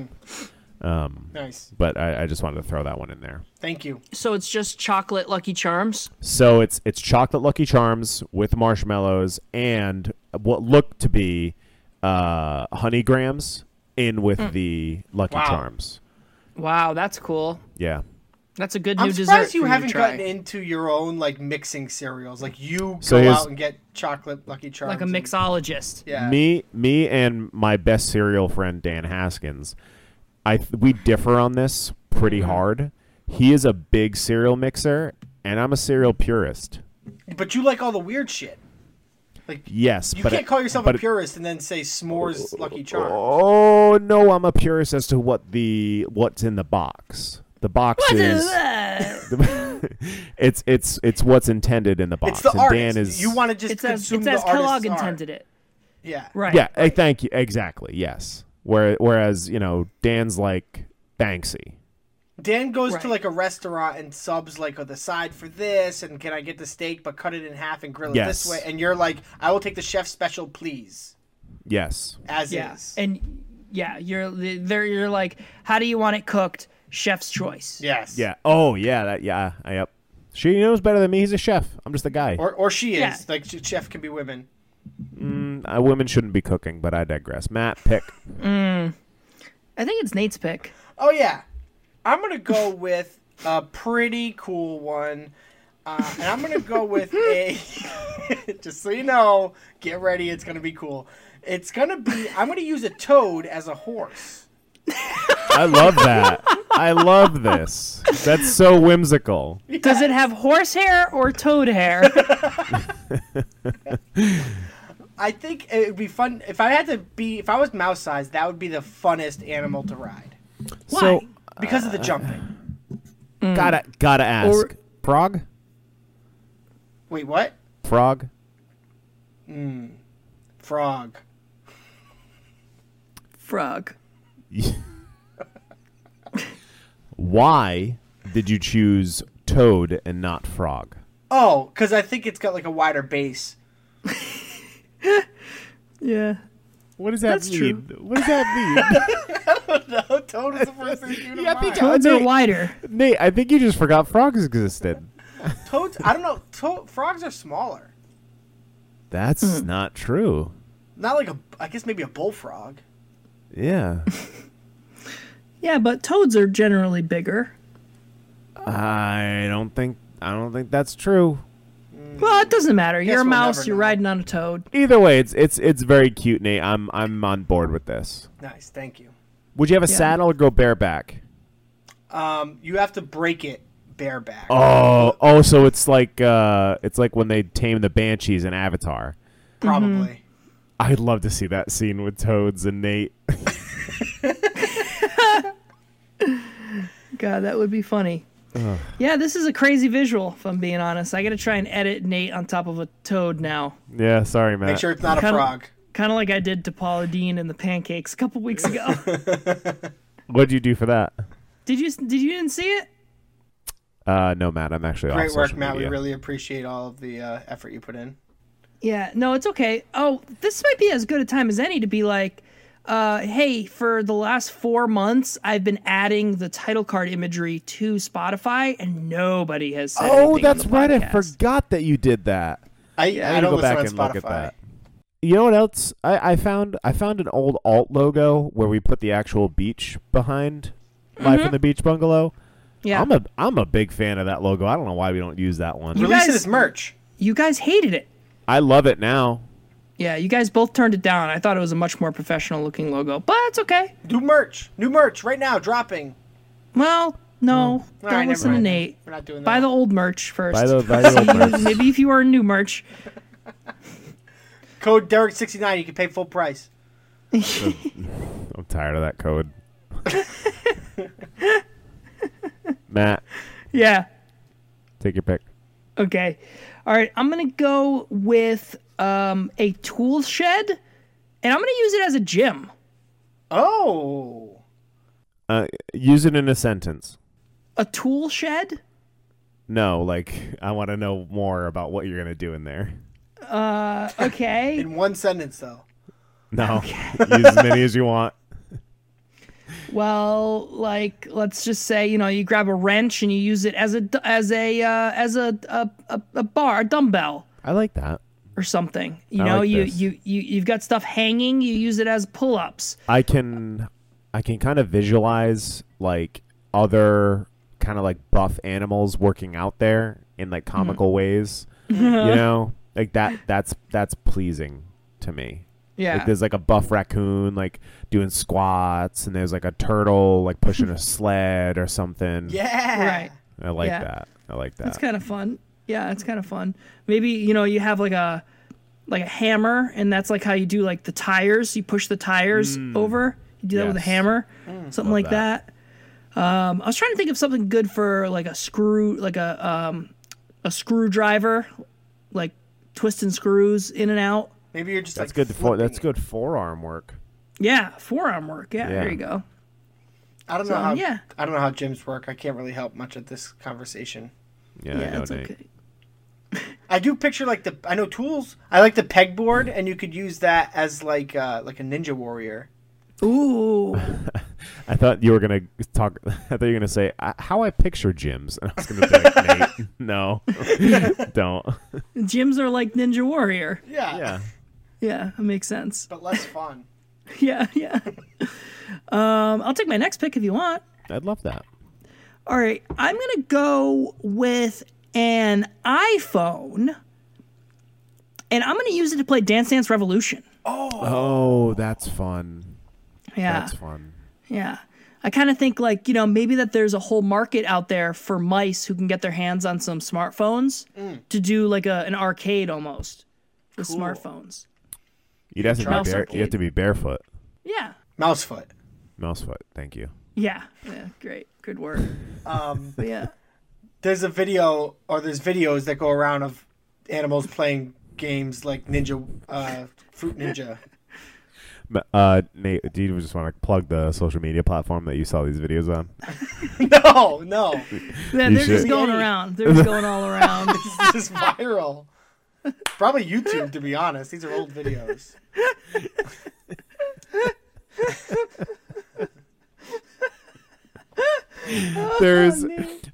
B: Nice.
C: but I, I just wanted to throw that one in there.
B: Thank you.
A: so it's just chocolate Lucky Charms.
C: So it's it's chocolate Lucky Charms with marshmallows and what looked to be uh, honey grams in with the Lucky
B: Hmm. Wow.
C: Charms.
A: Wow, that's cool.
C: Yeah.
A: That's a good
B: I'm
A: new
B: surprised
A: dessert.
B: you
A: for
B: haven't
A: to try.
B: gotten into your own like mixing cereals. Like you
C: So
B: go
C: here's-
B: out and get chocolate Lucky Charms.
A: like a
B: and-
A: mixologist.
B: Yeah.
C: Me me and my best cereal friend Dan Haskins, I th- we differ on this pretty
B: Mm-hmm.
C: hard. He is a big cereal mixer and I'm a cereal purist.
B: But you like all the weird shit. Like
C: Yes,
B: you
C: but
B: can't call yourself
C: but
B: a purist and then say s'mores Lucky Charms.
C: Oh no, I'm a purist as to what the what's in the box. The box is [laughs] it's it's it's what's intended in the box.
B: It's the
C: and
B: artist.
C: Dan is
B: you want to just
A: It's as,
B: consume
A: it's
B: the
A: as Kellogg
B: artist's art.
A: intended it.
B: Yeah.
A: Right.
C: yeah. eh, Thank you. Exactly. Yes. Where, whereas you know Dan's like Banksy.
B: Dan goes
A: Right.
B: to like a restaurant and subs like oh, the side for this, and can I get the steak but cut it in half and grill it
C: Yes.
B: this way? And you're like, I will take the chef's special, please,
C: Yes.
B: as
A: Yeah.
B: is.
A: And yeah, you're there. You're like, how do you want it cooked? Chef's choice.
B: yes.
C: Yeah. Oh yeah. That yeah. I, yep. She knows better than me. He's a chef. I'm just a guy.
B: Or or she is
A: Yeah.
B: like ch- chef can be women.
C: Uh, women shouldn't be cooking, but I digress. Matt, pick.
A: I think it's Nate's pick.
B: Oh yeah, I'm gonna go with a pretty cool one, uh, and I'm gonna go with a. [laughs] just so you know, get ready. It's gonna be cool. It's gonna be. I'm gonna use a toad as a horse.
C: I love that. I love this. That's so
B: [laughs]
C: whimsical.
A: Does it have horse hair or toad hair?
B: I think it would be fun if I had to be. If I was mouse sized, that would be the funnest animal to ride
C: So
A: Why?
B: because of the jumping.
C: gotta gotta ask.
A: Or-
C: Frog.
B: Wait, what?
C: Frog.
B: Frog.
A: [laughs] Frog.
C: [laughs] Why did you choose toad and not frog?
B: Oh, because I think it's got like a wider base. [laughs]
A: Yeah.
C: What does that
A: That's mean?
C: What does that
B: Oh, toad is the first thing that
C: [laughs]
B: came to
C: Yeah, I think
B: mind.
A: Toads are
C: Nate-
A: wider.
C: mean? Nate, I think you just forgot frogs existed.
B: Toads. I don't know. To- frogs are smaller.
C: That's not true.
B: Not like a, I guess maybe a bullfrog.
C: Yeah.
A: Yeah, but toads are generally bigger.
C: I don't think I don't think that's true.
A: Well, it doesn't matter. You're a
B: we'll
A: mouse.
B: never
A: You're
B: know.
A: riding on a toad.
C: Either way, it's it's it's very cute, Nate. I'm I'm on board with this.
B: Nice, thank you.
C: Would you have a saddle or go bareback?
B: Um, you have to break it bareback.
C: Oh, oh, so it's like uh, it's like when they tame the banshees in Avatar.
B: probably.
C: Mm-hmm. I'd love to see that scene with Toads and Nate. [laughs]
A: God, that would be funny. Yeah, this is a crazy visual. If I'm being honest, I got to try and edit Nate on top of a toad now,
C: yeah, sorry, Matt.
B: Make sure it's not a
A: Kinda-
B: frog.
A: kind of like I did to Paula Dean and the pancakes a couple weeks [laughs] ago.
C: What'd you do for that?
A: did you? Did you didn't see it?
C: Uh, no, Matt. I'm actually
B: Great
C: off
B: work,
C: social
B: Matt.
C: media.
B: We really appreciate all of the uh, effort you put in.
A: Yeah, no, it's okay. Oh, this might be as good a time as any to be like, uh, hey, for the last four months, I've been adding the title card imagery to Spotify, and nobody has. Said
C: Oh,
A: anything on
C: that's
A: the
C: right. I
A: podcast.
C: forgot that you did that.
B: I,
C: I
B: I
C: need to
B: don't
C: go
B: listen
C: back
B: on
C: and look at
B: Spotify.
C: that. You know what else? I, I found I found an old alt logo where we put the actual beach behind Life
B: Mm-hmm.
C: in the Beach Bungalow.
A: Yeah,
C: I'm a I'm a big fan of that logo. I don't know why we don't use that one.
A: You
B: Release it
A: guys-
B: as merch.
A: you guys hated it.
C: I love it now.
A: Yeah, you guys both turned it down. I thought it was a much more professional looking logo, but it's okay.
B: New merch. New merch right now, dropping.
A: Well, no,
B: All
A: don't
B: right, never
A: listen to
B: mind.
A: Nate.
B: We're not doing that.
A: Buy the old merch first.
C: By the by
A: [laughs]
C: the old merch.
A: Maybe if you are new merch,
B: Code Derek69. You can pay full price.
C: I'm tired of that
B: [laughs]
C: code. Matt,
A: yeah.
C: take your pick.
A: Okay. All right. I'm going to go with um, a tool shed and I'm going to use it as a gym.
B: Oh.
C: Uh, use it in a sentence.
A: A
C: [laughs]
A: tool shed?
C: No, like I want to know more about what you're gonna do in there. [laughs]
A: Okay.
B: In one sentence, though.
C: No, use as many as you want.
A: well, like let's just say, you know, you grab a wrench and you use it as a d- as a uh, as a a, a a bar, a dumbbell
C: I like that.
A: or something. You
C: I
A: know,
C: like
A: you,
C: this.
A: you you you've got stuff hanging, you use it as pull-ups.
C: I can I can kind of visualize like other kind of like buff animals working out there in like comical ways. you know, like that that's that's pleasing to me.
A: Yeah.
C: Like there's like a buff raccoon like doing squats and there's like a turtle like pushing a sled or something.
B: Yeah.
A: right.
C: I like
A: Yeah.
C: that. I like
A: That's
C: that.
A: kind of fun. Yeah, it's kind of fun. Maybe you know you have like a like a hammer, and that's like how you do like the tires. You push the tires over. You do that with a
C: Mm. yes. Mm.
A: hammer, something like that.
C: that.
A: Um, I was trying to think of something good for like a screw, like a um, a screwdriver, like twisting screws in and out.
B: Maybe you're just
C: That's
B: like.
C: good for
B: flipping
C: that's good forearm work.
A: Yeah, forearm work. Yeah, there
C: Yeah.
A: you go.
B: it. I don't know how.
A: yeah.
B: I don't know how gyms work. I can't really help much at this conversation.
C: Yeah, I
A: Yeah,
C: know,
A: it's
C: Nate.
A: okay.
B: I do picture like the. I know tools. I like the pegboard, and you could use that as like uh like a ninja warrior.
A: Ooh, [laughs]
C: I thought you were gonna talk. [laughs] I thought you were gonna say I, how I picture gyms, [laughs] and I was gonna be like, [laughs] Nate, no, don't.
A: gyms are like Ninja Warrior.
B: Yeah.
C: Yeah,
A: Yeah, that makes sense.
B: But less fun.
A: [laughs] Yeah, yeah. um, I'll take my next pick if you want.
C: [laughs] I'd love that.
A: All right, I'm gonna go with an iPhone, and I'm gonna use it to play Dance Dance Revolution.
C: Oh, that's fun.
A: Yeah,
C: That's fun.
A: yeah. I kind of think like you know maybe that there's a whole market out there for mice who can get their hands on some smartphones
C: Mm.
A: to do like a, an arcade almost with smartphones.
C: You'd have to
A: Mouse
C: be bare,
A: arcade.
C: you have to be barefoot.
A: Yeah,
B: Mousefoot.
C: Mousefoot. Thank you.
A: yeah, yeah. Great, good work. [laughs]
B: Um,
A: But yeah,
B: there's a video or there's videos that go around of animals playing games like Ninja, uh, Fruit [laughs] Ninja.
C: M- Uh, Nate, do you just want to plug the social media platform that you saw these videos on?
B: No, no,
A: yeah
C: [laughs] You
A: they're just
C: should.
A: going around. They're just going all
C: [laughs]
A: around.
B: this is viral. Probably YouTube, to be honest. These are old videos.
C: [laughs]
A: Oh,
C: there's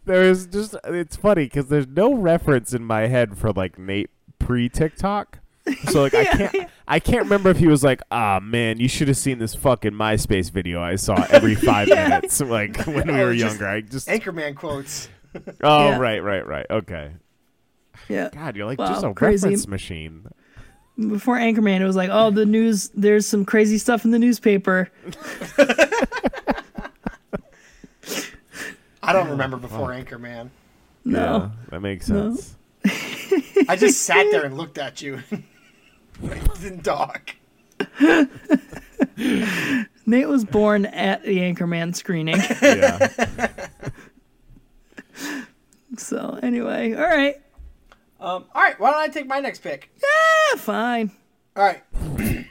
C: there's just it's funny because there's no reference in my head for like Nate pre TikTok. So
A: [laughs]
C: like I can't I can't remember if he was like, ah man, you should have seen this fucking MySpace video I saw
A: [laughs]
C: every five minutes [laughs] like when we
B: No,
C: were
B: just
C: younger. I just
B: Anchorman quotes.
C: Oh
A: Oh, Yeah.
C: right, right, right. Okay.
A: Yeah.
C: God, you're like
A: Wow,
C: just a
A: crazy.
C: reference machine.
A: Before Anchorman, it was like, oh, the news. There's some crazy stuff in the newspaper.
B: I don't remember before Anchorman.
A: No.
C: Yeah, that makes
A: [laughs]
C: sense.
B: I just sat there and looked at you. [laughs] I didn't talk.
A: Nate was born at the Anchorman screening. [laughs]
C: Yeah.
A: so anyway, all right.
B: Um, all right, why don't I take my next pick?
A: Yeah, fine.
B: All [clears throat] right. all right,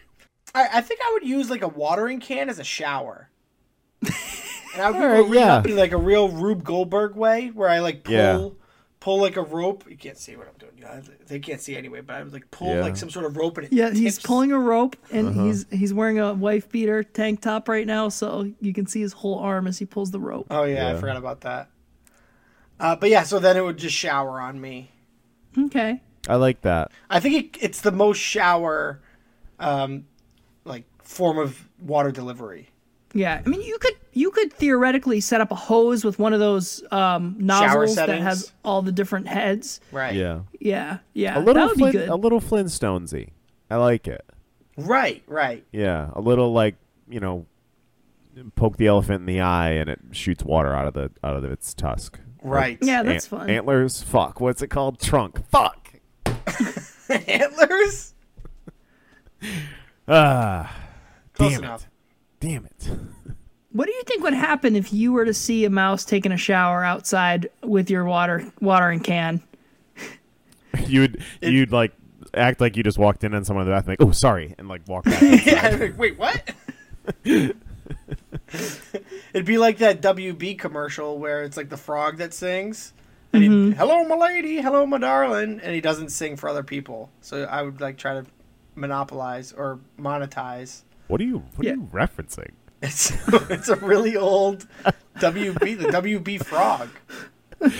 B: I think I would use like a watering can as a shower. And I would
C: All right,
B: ring
C: yeah.
B: up in like a real Rube Goldberg way, where I like pull,
C: Yeah.
B: pull like a rope. You can't see what I'm doing. Yeah, They can't see anyway. But I would like pull
C: Yeah.
B: like some sort of rope and it
A: Yeah, he's
B: tips.
A: pulling a rope and he's he's wearing a wife beater tank top right now, so you can see his whole arm as he pulls the rope.
B: Oh yeah, I
C: Yeah.
B: forgot about that. Uh, but yeah, so then it would just shower on me.
A: Okay.
C: I like that.
B: I think it, it's the most shower, um, like form of water delivery.
A: Yeah, I mean, you could you could theoretically set up a hose with one of those um, nozzles that
B: settings.
A: has all the different heads.
B: Right.
C: Yeah.
A: Yeah, yeah,
C: A little
A: that would
C: Flin-
A: be good.
C: a little Flintstonesy. I like it.
B: Right. Right.
C: Yeah, a little like, you know, poke the elephant in the eye and it shoots water out of the out of its tusk.
B: Right. [laughs]
A: yeah, that's
C: Ant-
A: fun.
C: Antlers, fuck. What's it called? Trunk. Fuck.
B: Antlers.
C: Ah,
B: Close
C: Damn
B: enough.
C: damn it. [laughs]
A: What do you think would happen if you were to see a mouse taking a shower outside with your water watering can?
C: you'd you'd like act like you just walked in on someone in the bathroom, like, oh, sorry, and like walk
B: [laughs]
C: back.
B: Yeah. I'm like, Wait, what? [laughs] It'd be like that WB commercial where it's like the frog that sings. And he, hello, my lady. Hello, my darling. And he doesn't sing for other people. So I would like try to monopolize or monetize [laughs]
C: what are you what
A: Yeah.
C: are you referencing?
B: It's it's a really old WB the WB frog. You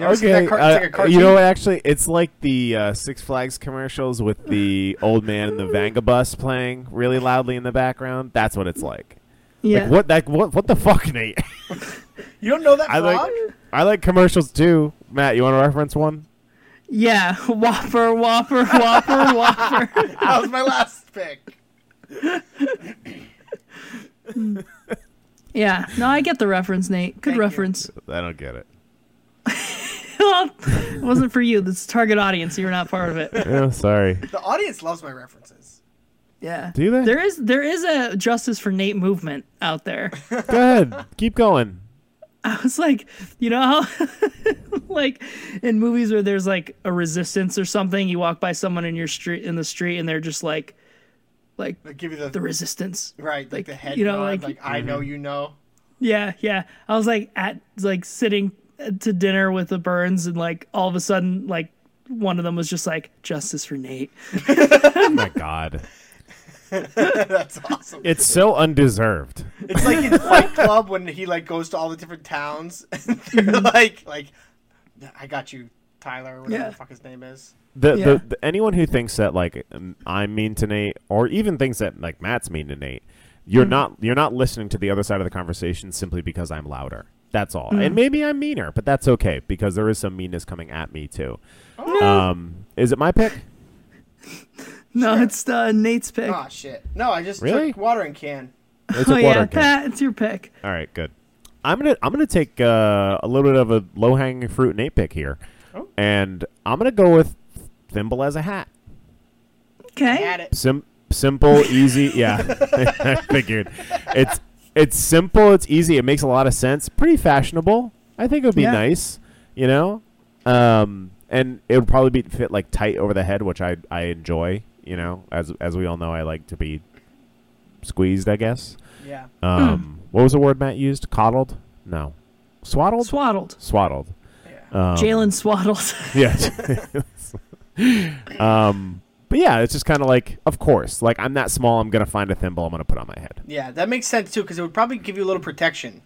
B: ever seen that car- it's like a
C: uh,
B: cartoon?
C: you know what? Actually, it's like the uh, Six Flags commercials with the old man and the vagabus playing really loudly in the background. That's what it's like.
A: Yeah,
C: Like what that what what the fuck, Nate? [laughs]
B: You don't know that
C: I
B: frog? [laughs]
C: like I like commercials too. Matt, you want to reference one?
A: yeah, [laughs] whopper, whopper, whopper, [laughs] whopper.
B: that was my last pick.
A: Yeah, no, I get the reference, Nate. Good
B: Thank you.
A: reference. [laughs]
C: I don't get it.
A: Well, it wasn't for you. This is target audience. You're not part
C: [laughs]
A: of it.
C: Oh, sorry.
B: The audience loves my references.
A: Yeah.
C: Do they?
A: There is there is a justice for Nate movement out there. [laughs]
C: Go ahead. Keep going.
A: It's like you know how [laughs] like in movies where there's like a resistance or something, you walk by someone in your street in the street and they're just like like
B: They give you the,
A: the resistance.
B: [laughs] right, like,
A: like,
B: the head
A: you know,
B: nod,
A: like-
B: like, I know
C: Mm-hmm.
B: you know. [laughs]
A: Yeah, yeah. I was like at like sitting to dinner with the Burns and like all of a sudden like one of them was just like justice for Nate. [laughs]
C: Oh my god.
B: That's awesome.
C: It's so undeserved.
B: It's like
C: [laughs]
B: in Fight Club when he like goes to all the different towns [laughs] and they're
A: Mm-hmm.
B: like like I got you, Tyler, whatever
A: Yeah.
B: the fuck his name is.
C: The,
A: Yeah.
C: the, the anyone who thinks that like um, I'm mean to Nate, or even thinks that like Matt's mean to Nate,
A: Mm-hmm.
C: you're not you're not listening to the other side of the conversation simply because I'm louder. That's all,
A: Mm-hmm.
C: and maybe I'm meaner, but that's okay because there is some meanness coming at me too.
A: Oh.
C: Um, is it my pick?
A: No, it's uh, Nate's pick.
B: Oh shit. No, I just
C: Really?
B: took watering can.
C: It's
A: [laughs] oh
C: a water
A: yeah,
C: can.
A: Pat, it's your pick.
C: All right, good. I'm gonna I'm gonna take uh, a little bit of a low hanging fruit Nate pick here,
B: Oh.
C: and I'm gonna go with thimble as a hat.
A: Okay.
B: Had it.
C: Sim- simple, easy. Yeah, [laughs] I figured. It's it's simple. It's easy. It makes a lot of sense. Pretty fashionable. I think it would be
A: Yeah.
C: nice. You know, um, and it would probably be fit like tight over the head, which I I enjoy. You know, as as we all know, I like to be squeezed. I guess.
B: Yeah.
C: Um, What was the word Matt used? Coddled? No, swaddled.
A: Swaddled.
C: swaddled.
B: Yeah.
C: Um,
A: Jalen swaddled. [laughs]
C: yeah. [laughs] um, but yeah, it's just kind of like, of course, like I'm that small. I'm gonna find a thimble. I'm gonna put on my head.
B: Yeah, that makes sense too, because it would probably give you a little protection.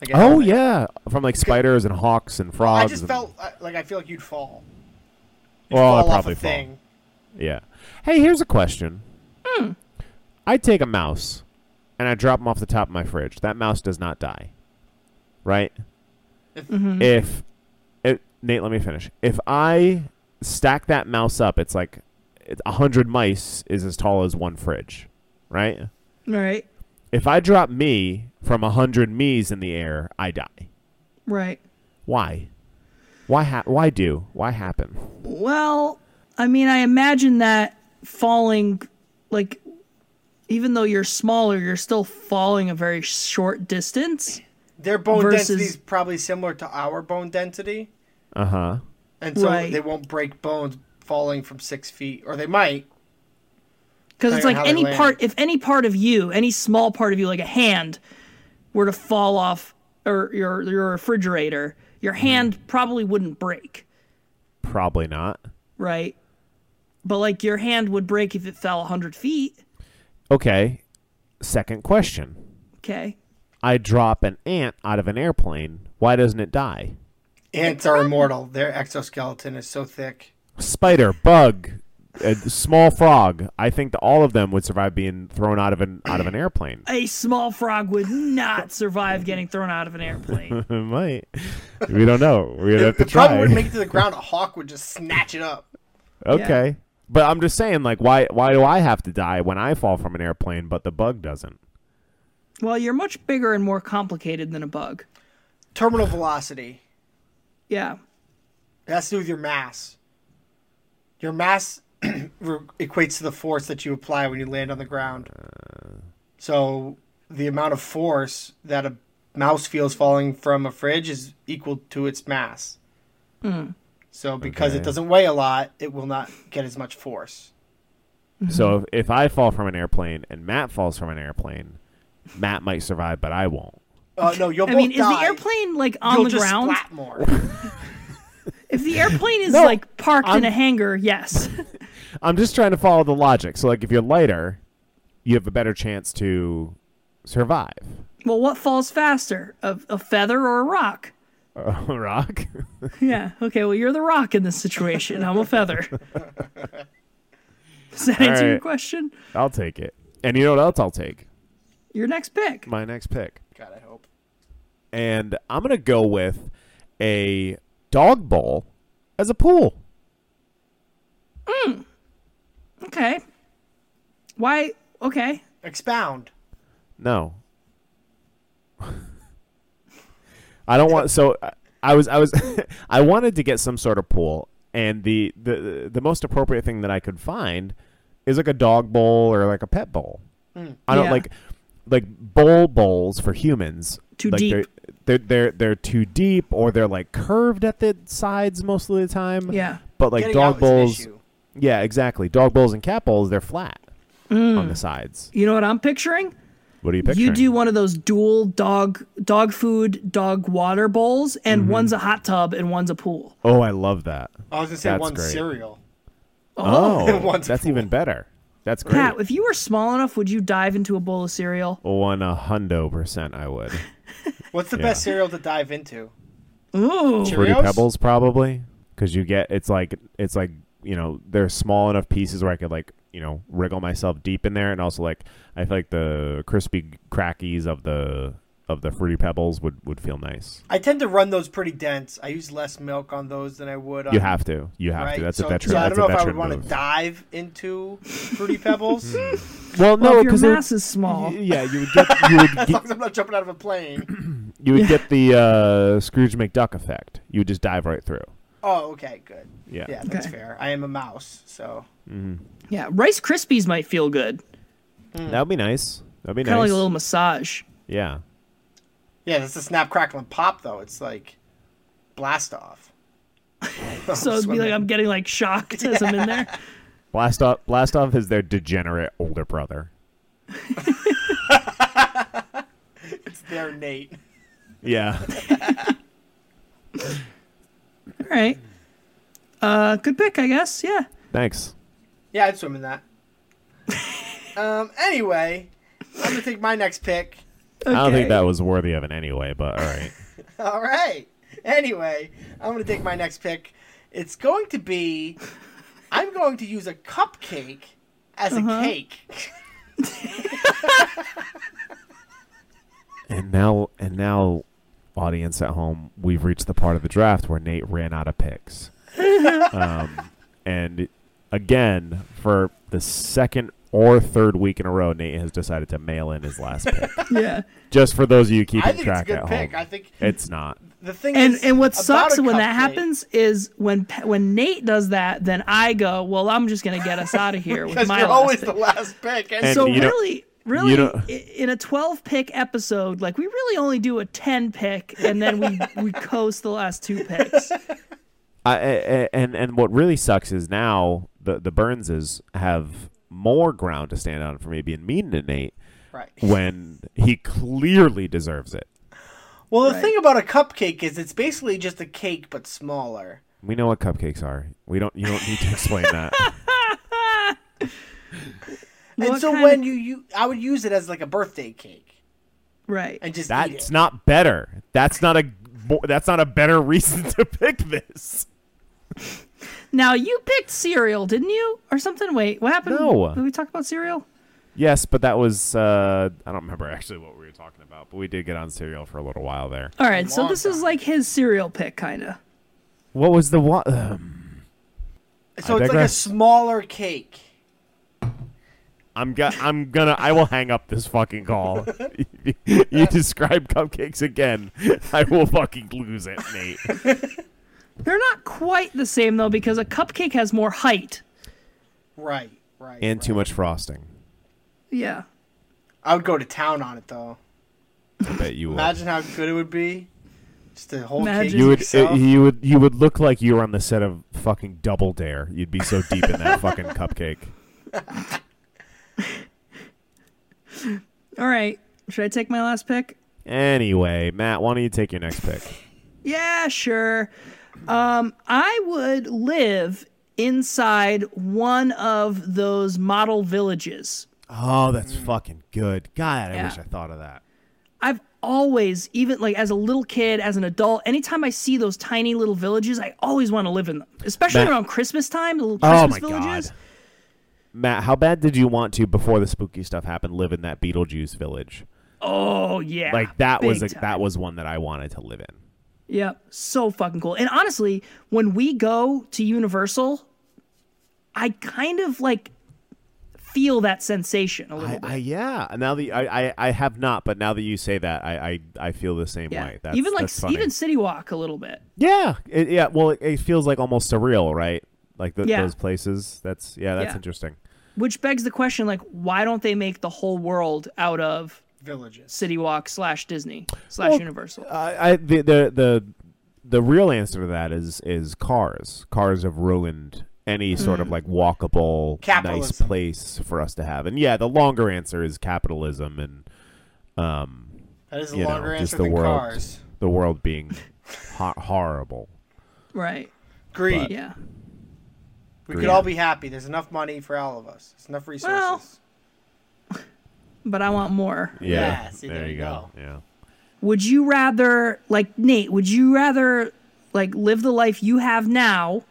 B: Like, I-
C: Oh yeah, from like spiders and hawks and frogs.
B: I just
C: and-
B: felt uh, like I feel like you'd fall. You'd
C: Well, I'd
B: fall off
C: Oh, probably
B: a
C: fall.
B: thing.
C: Yeah. Hey, here's a question. I take a mouse and I drop him off the top of my fridge. That mouse does not die, right?
B: If-
C: If, if Nate, let me finish. If I stack that mouse up, it's like a hundred mice is as tall as one fridge, right?
A: Right.
C: If I drop me from a hundred me's in the air, I die.
A: Right.
C: Why? Why? Ha- why do? Why happen?
A: Well, I mean, I imagine that falling, like, even though you're smaller, you're still falling a very short distance.
B: Their bone
A: Versus-
B: density is probably similar to our bone density,
C: Uh huh.
B: and so
A: Right.
B: they won't break bones falling from six feet, or they might.
A: Because it's
B: Depending on
A: like
B: how they
A: any
B: land.
A: part, if any part of you, any small part of you, like a hand, were to fall off or your your refrigerator, your
B: Mm-hmm.
A: hand probably wouldn't break,
C: Probably not.
A: right? But like your hand would break if it fell hundred feet.
C: Okay. Second question.
A: Okay.
C: I drop an ant out of an airplane. Why doesn't it die?
B: Ants are immortal. Their exoskeleton is so thick.
C: Spider, bug, a small frog. I think that all of them would survive being thrown out of an out of an airplane. [laughs]
A: A small frog would
B: [laughs]
A: not survive getting thrown out of an airplane.
C: It might. We don't know. We're gonna have to
B: It probably
C: try. [laughs]
B: wouldn't make it to the ground. A hawk would just snatch it up.
C: okay. But I'm just saying, like, why why do I have to die when I fall from an airplane, but the bug doesn't?
A: well, you're much bigger and more complicated than a bug.
B: Terminal velocity.
A: Yeah.
B: It has to do with your mass. Your mass [clears throat] re- equates to the force that you apply when you land on the ground. So the amount of force that a mouse feels falling from a fridge is equal to its mass.
A: Hmm.
B: So because
C: Okay.
B: it doesn't weigh a lot, it will not get as much force.
C: So
B: Mm-hmm.
C: if, if I fall from an airplane and Matt falls from an airplane, Matt might survive, but I won't.
B: Oh no, you'll
A: I
B: both
A: mean, is the
B: die.
A: airplane like on
B: you'll
A: the
B: just
A: ground?
C: [laughs]
B: splat more.
A: If
B: [laughs]
A: the airplane is
C: No,
A: like parked
C: I'm-
A: in a hangar, yes.
C: I'm just trying to follow the logic. So like, if you're lighter, you have a better chance to survive.
A: Well, what falls faster, a, a feather or a rock?
C: Uh, rock.
A: Yeah. Okay. Well, you're the rock in this situation. I'm a feather. Does that answer your
C: right.
A: question?
C: [laughs] I'll take it. And you know what else I'll take?
A: Your next pick.
C: My next pick.
B: God, I hope.
C: And I'm going to go with a dog bowl as a pool.
A: Okay. Why? Okay.
B: Expound.
C: No. I don't want so I- I was I was [laughs] I wanted to get some sort of pool and the, the the most appropriate thing that I could find is like a dog bowl or like a pet bowl.
B: Mm.
C: I don't
A: Yeah.
C: like like bowl bowls for humans.
A: Too
C: like
A: deep.
C: They're, they're they're they're too deep or they're like curved at the sides most of the time.
A: Yeah.
C: But like
B: Getting out
C: dog
B: is an
C: bowls
B: issue.
C: Yeah, exactly. Dog bowls and cat bowls they're flat on the sides.
A: You know what I'm picturing?
C: What are you picturing?
A: Mm. You do one of those dual dog dog food dog water bowls, and
C: Mm-hmm.
A: one's a hot tub and one's a pool.
C: Oh, I love that.
B: I was gonna say
C: That's
B: one
C: great.
B: cereal. [laughs]
C: Oh,
B: One's
C: that's even better. That's great.
A: Pat, if you were small enough, would you dive into a bowl of cereal?
C: One a hundo percent, I would.
B: What's the best cereal to dive into?
A: Ooh.
C: Fruity
B: Cheerios?
C: Pebbles, probably, because you get it's like it's like you know they're small enough pieces where I could like you know wriggle myself deep in there, and also like I feel like the crispy crackies of the of the fruity pebbles would would feel nice.
B: I tend to run those pretty dense. I use less milk on those than I would. On,
C: You have to, you have
B: Uh, right?
C: to. That's
B: so,
C: a veteran.
B: So I
C: that's
B: don't know
C: a
B: if I would
C: veteran
B: want
C: move.
B: to dive into
C: [laughs]
B: fruity pebbles. [laughs] as
C: Well, no,
A: Well, if your
C: 'cause they would- [laughs]
A: mass is small.
C: y- Yeah, you would get you would
B: long
C: get,
B: as I'm not jumping out of
C: [clears throat]
B: a plane.
C: you
B: [laughs]
C: would get the uh, Scrooge McDuck effect. You would just dive right through.
B: Oh, okay, good.
C: Yeah.
B: yeah, that's
A: Okay.
B: fair. I am a mouse, so
A: Yeah, Rice Krispies might feel good.
C: That would be nice. That'd be
A: Kind of
C: nice.
A: like a little massage.
C: Yeah.
B: yeah. That's the snap, crackle, and pop though. It's like blast off.
A: [laughs] So it'd be like
B: Swimming.
A: I'm getting like shocked as I'm
B: [laughs]
A: in there.
C: Blastoff Blastoff is their degenerate older brother.
B: it's there, Nate.
C: Yeah.
A: All right. Uh, good pick, I guess. Yeah.
C: [laughs] Thanks.
B: Yeah, I'd swim
C: [laughs]
B: in that. um. Anyway, I'm gonna take my next pick.
A: Okay.
C: I don't think that was worthy of it anyway, but all
B: [laughs]
C: right.
B: All right. Anyway, I'm going to take my next pick. It's going to be I'm going to use a cupcake as a cake.
C: and now and now
A: [laughs]
C: audience at home, we've reached the part of the draft where Nate ran out of picks. um, And again, for the second or third week in a row, Nate has decided to mail in his last
B: [laughs]
C: pick.
A: Yeah.
C: Just for those of you
B: I
C: keeping
B: think it's a
C: track
B: good
C: at
B: pick.
C: home,
B: I think
C: it's not.
B: the thing
A: [laughs] And
B: is
A: and what
B: about
A: sucks
B: a
A: when that
B: cupcake-
A: happens is when Pe- when Nate does that, then I go, well, I'm just gonna get us out of here
B: [laughs]
A: with
B: because
A: my
B: you're
A: last
B: always
A: pick.
B: the last pick. And,
C: And-
A: So
C: you don't-
A: really, really,
C: don't-
A: i- in a twelve pick episode, like we really only do a ten pick, and then we we coast the last
B: [laughs]
A: two picks.
C: I, I, I- and and what really sucks is now the the Burnses have more ground to stand on for me being mean to Nate
B: right.
C: when he clearly deserves it.
B: Well, the
A: Right.
B: thing about a cupcake is it's basically just a cake but smaller.
C: We know what cupcakes are. We don't. You don't need to explain that.
B: And
A: What
B: so
A: kind
B: when
A: of-
B: you, you I would use it as like a birthday cake
A: right?
B: and just eat
C: That's
B: it.
C: not better. That's not a. bo- That's not a better reason to pick this.
A: Now you picked cereal, didn't you, or something? Wait, what happened?
C: No.
A: Did we talk about cereal?
C: Yes, but that was. Uh, I don't remember actually what we were talking about, but we did get on cereal for a little while there.
A: All right, so
B: long
A: this is
B: time.
A: like his cereal pick, kind of.
C: What was the one? Um, I
B: so it's like a
C: digress.
B: smaller cake.
C: I'm go- I'm gonna I will hang up this fucking call. you describe cupcakes again, I will fucking lose it, Nate.
A: They're not quite the same though, because a cupcake has more height.
B: Right, right.
C: And
B: right.
C: too much frosting.
A: Yeah.
B: I would go to town on it though.
C: I bet you would.
B: Imagine how good it would be. Just a whole
A: Imagine.
B: cake.
C: You would uh,
B: yourself.
C: you would you would look like you were on the set of fucking Double Dare. You'd be so deep in that fucking cupcake.
A: All right. Should I take my last pick?
C: Anyway, Matt, why don't you take your next pick?
A: Yeah, sure. Um, I would live inside one of those model villages.
C: Oh, that's fucking good. God, I
A: Yeah.
C: wish I thought of that.
A: I've always, even like as a little kid, as an adult, anytime I see those tiny little villages, I always want to live in them, especially
C: Matt-
A: around Christmas time. The little Christmas
C: oh my
A: villages.
C: god. Matt, how bad did you want to before the spooky stuff happened live in that Beetlejuice village?
A: Oh yeah,
C: like that was a,
A: big time.
C: that was one that I wanted to live in.
A: Yep. So fucking cool. And honestly, when we go to Universal, I kind of like feel that sensation a little
C: I,
A: bit.
C: I yeah. Now that I, I I have not, but now that you say that, I I, I feel the same
A: yeah.
C: way. That's,
A: even like
C: that's funny.
A: even City Walk a little bit.
C: yeah it, yeah. Well, it, it feels like almost surreal, right? Like th-
A: Yeah.
C: those places. That's yeah. That's
A: Yeah.
C: interesting.
A: Which begs the question, like, why don't they make the whole world out of
B: villages.
A: City Walk slash Disney slash
C: Well,
A: Universal?
C: I, I the, the the the real answer to that is is cars. Cars have ruined any sort
A: Mm.
C: of like walkable nice
B: Capitalism.
C: place for us to have. And yeah, the longer answer is capitalism and um
B: That is a
C: you
B: longer
C: know,
B: answer
C: just the
B: than
C: world,
B: cars.
C: the world being [laughs] ho- horrible.
A: right.
B: Greed.
A: Yeah.
B: We
C: Greed.
B: could all be happy. There's enough money for all of us. There's enough resources.
A: Well, But I want more.
B: Yeah, see,
C: there, you go. Yeah,
A: Would you rather, like Nate, would you rather like live the life you have now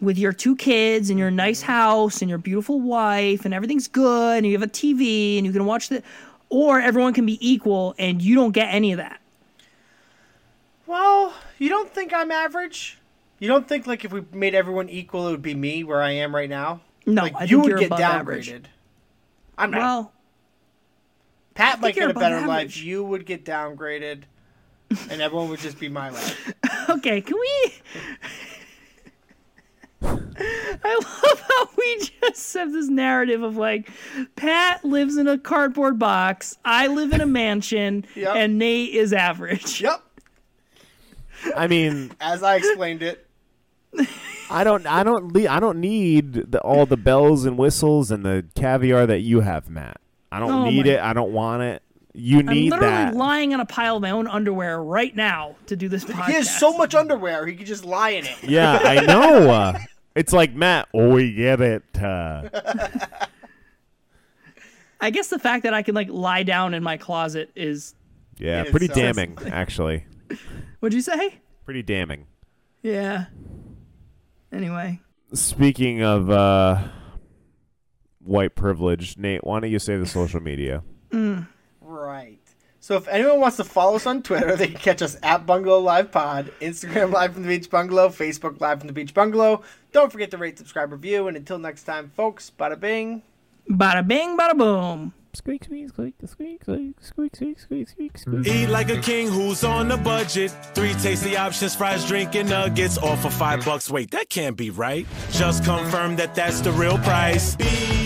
A: with your two kids and your nice
B: Mm-hmm.
A: house and your beautiful wife and everything's good and you have a TV and you can watch the or everyone can be equal and you don't get any of that.
B: Well, you don't think I'm average? You don't think like if we made everyone equal, it would be me where I am right now?
A: No,
B: like
A: I think
B: you would
A: you're
B: get
A: above
B: downgraded.
A: average.
B: I'm not.
A: Well,
B: Pat might
A: you're
B: get a
A: above
B: better
A: average.
B: life. You would get
A: [laughs]
B: downgraded, and everyone would just be my life.
A: okay, can we I love how we just have this narrative of like Pat lives in a cardboard box, I live in a mansion,
B: Yep.
A: and Nate is average.
B: Yep,
C: I mean,
B: as I explained
A: [laughs]
B: it.
C: I don't, I don't, le- I don't need the, all the bells and whistles and the caviar that you have, Matt. I don't
A: Oh
C: need
A: my-
C: it. I don't want it. You
A: I'm
C: need
A: literally
C: that.
A: lying on a pile of my own underwear right now to do this podcast.
B: He has so much underwear. He could just lie in it.
C: yeah, I know. Uh, it's like Matt. We get it. Uh,
A: I guess the fact that I can like lie down in my closet is.
C: yeah,
B: It
C: pretty
B: is so-
C: damning, actually.
A: What'd you say?
C: Pretty damning.
A: Yeah. Anyway,
C: Speaking of uh, white privilege, Nate, why don't you say the social media?
B: Right. So if anyone wants to follow us on Twitter, they can catch us at Bungalow Live Pod, Instagram Live from the Beach Bungalow, Facebook Live from the Beach Bungalow. Don't forget to rate, subscribe, review, and until next time, folks, bada bing.
A: Bada bing, bada boom.
C: Squeak, squeak, squeak, squeak, squeak, squeak, squeak, squeak, squeak, squeak.
D: Eat like a king who's on a budget. Three tasty options, fries, drink, and nuggets. All for five bucks. Wait, that can't be right. Just confirm that that's the real price. Be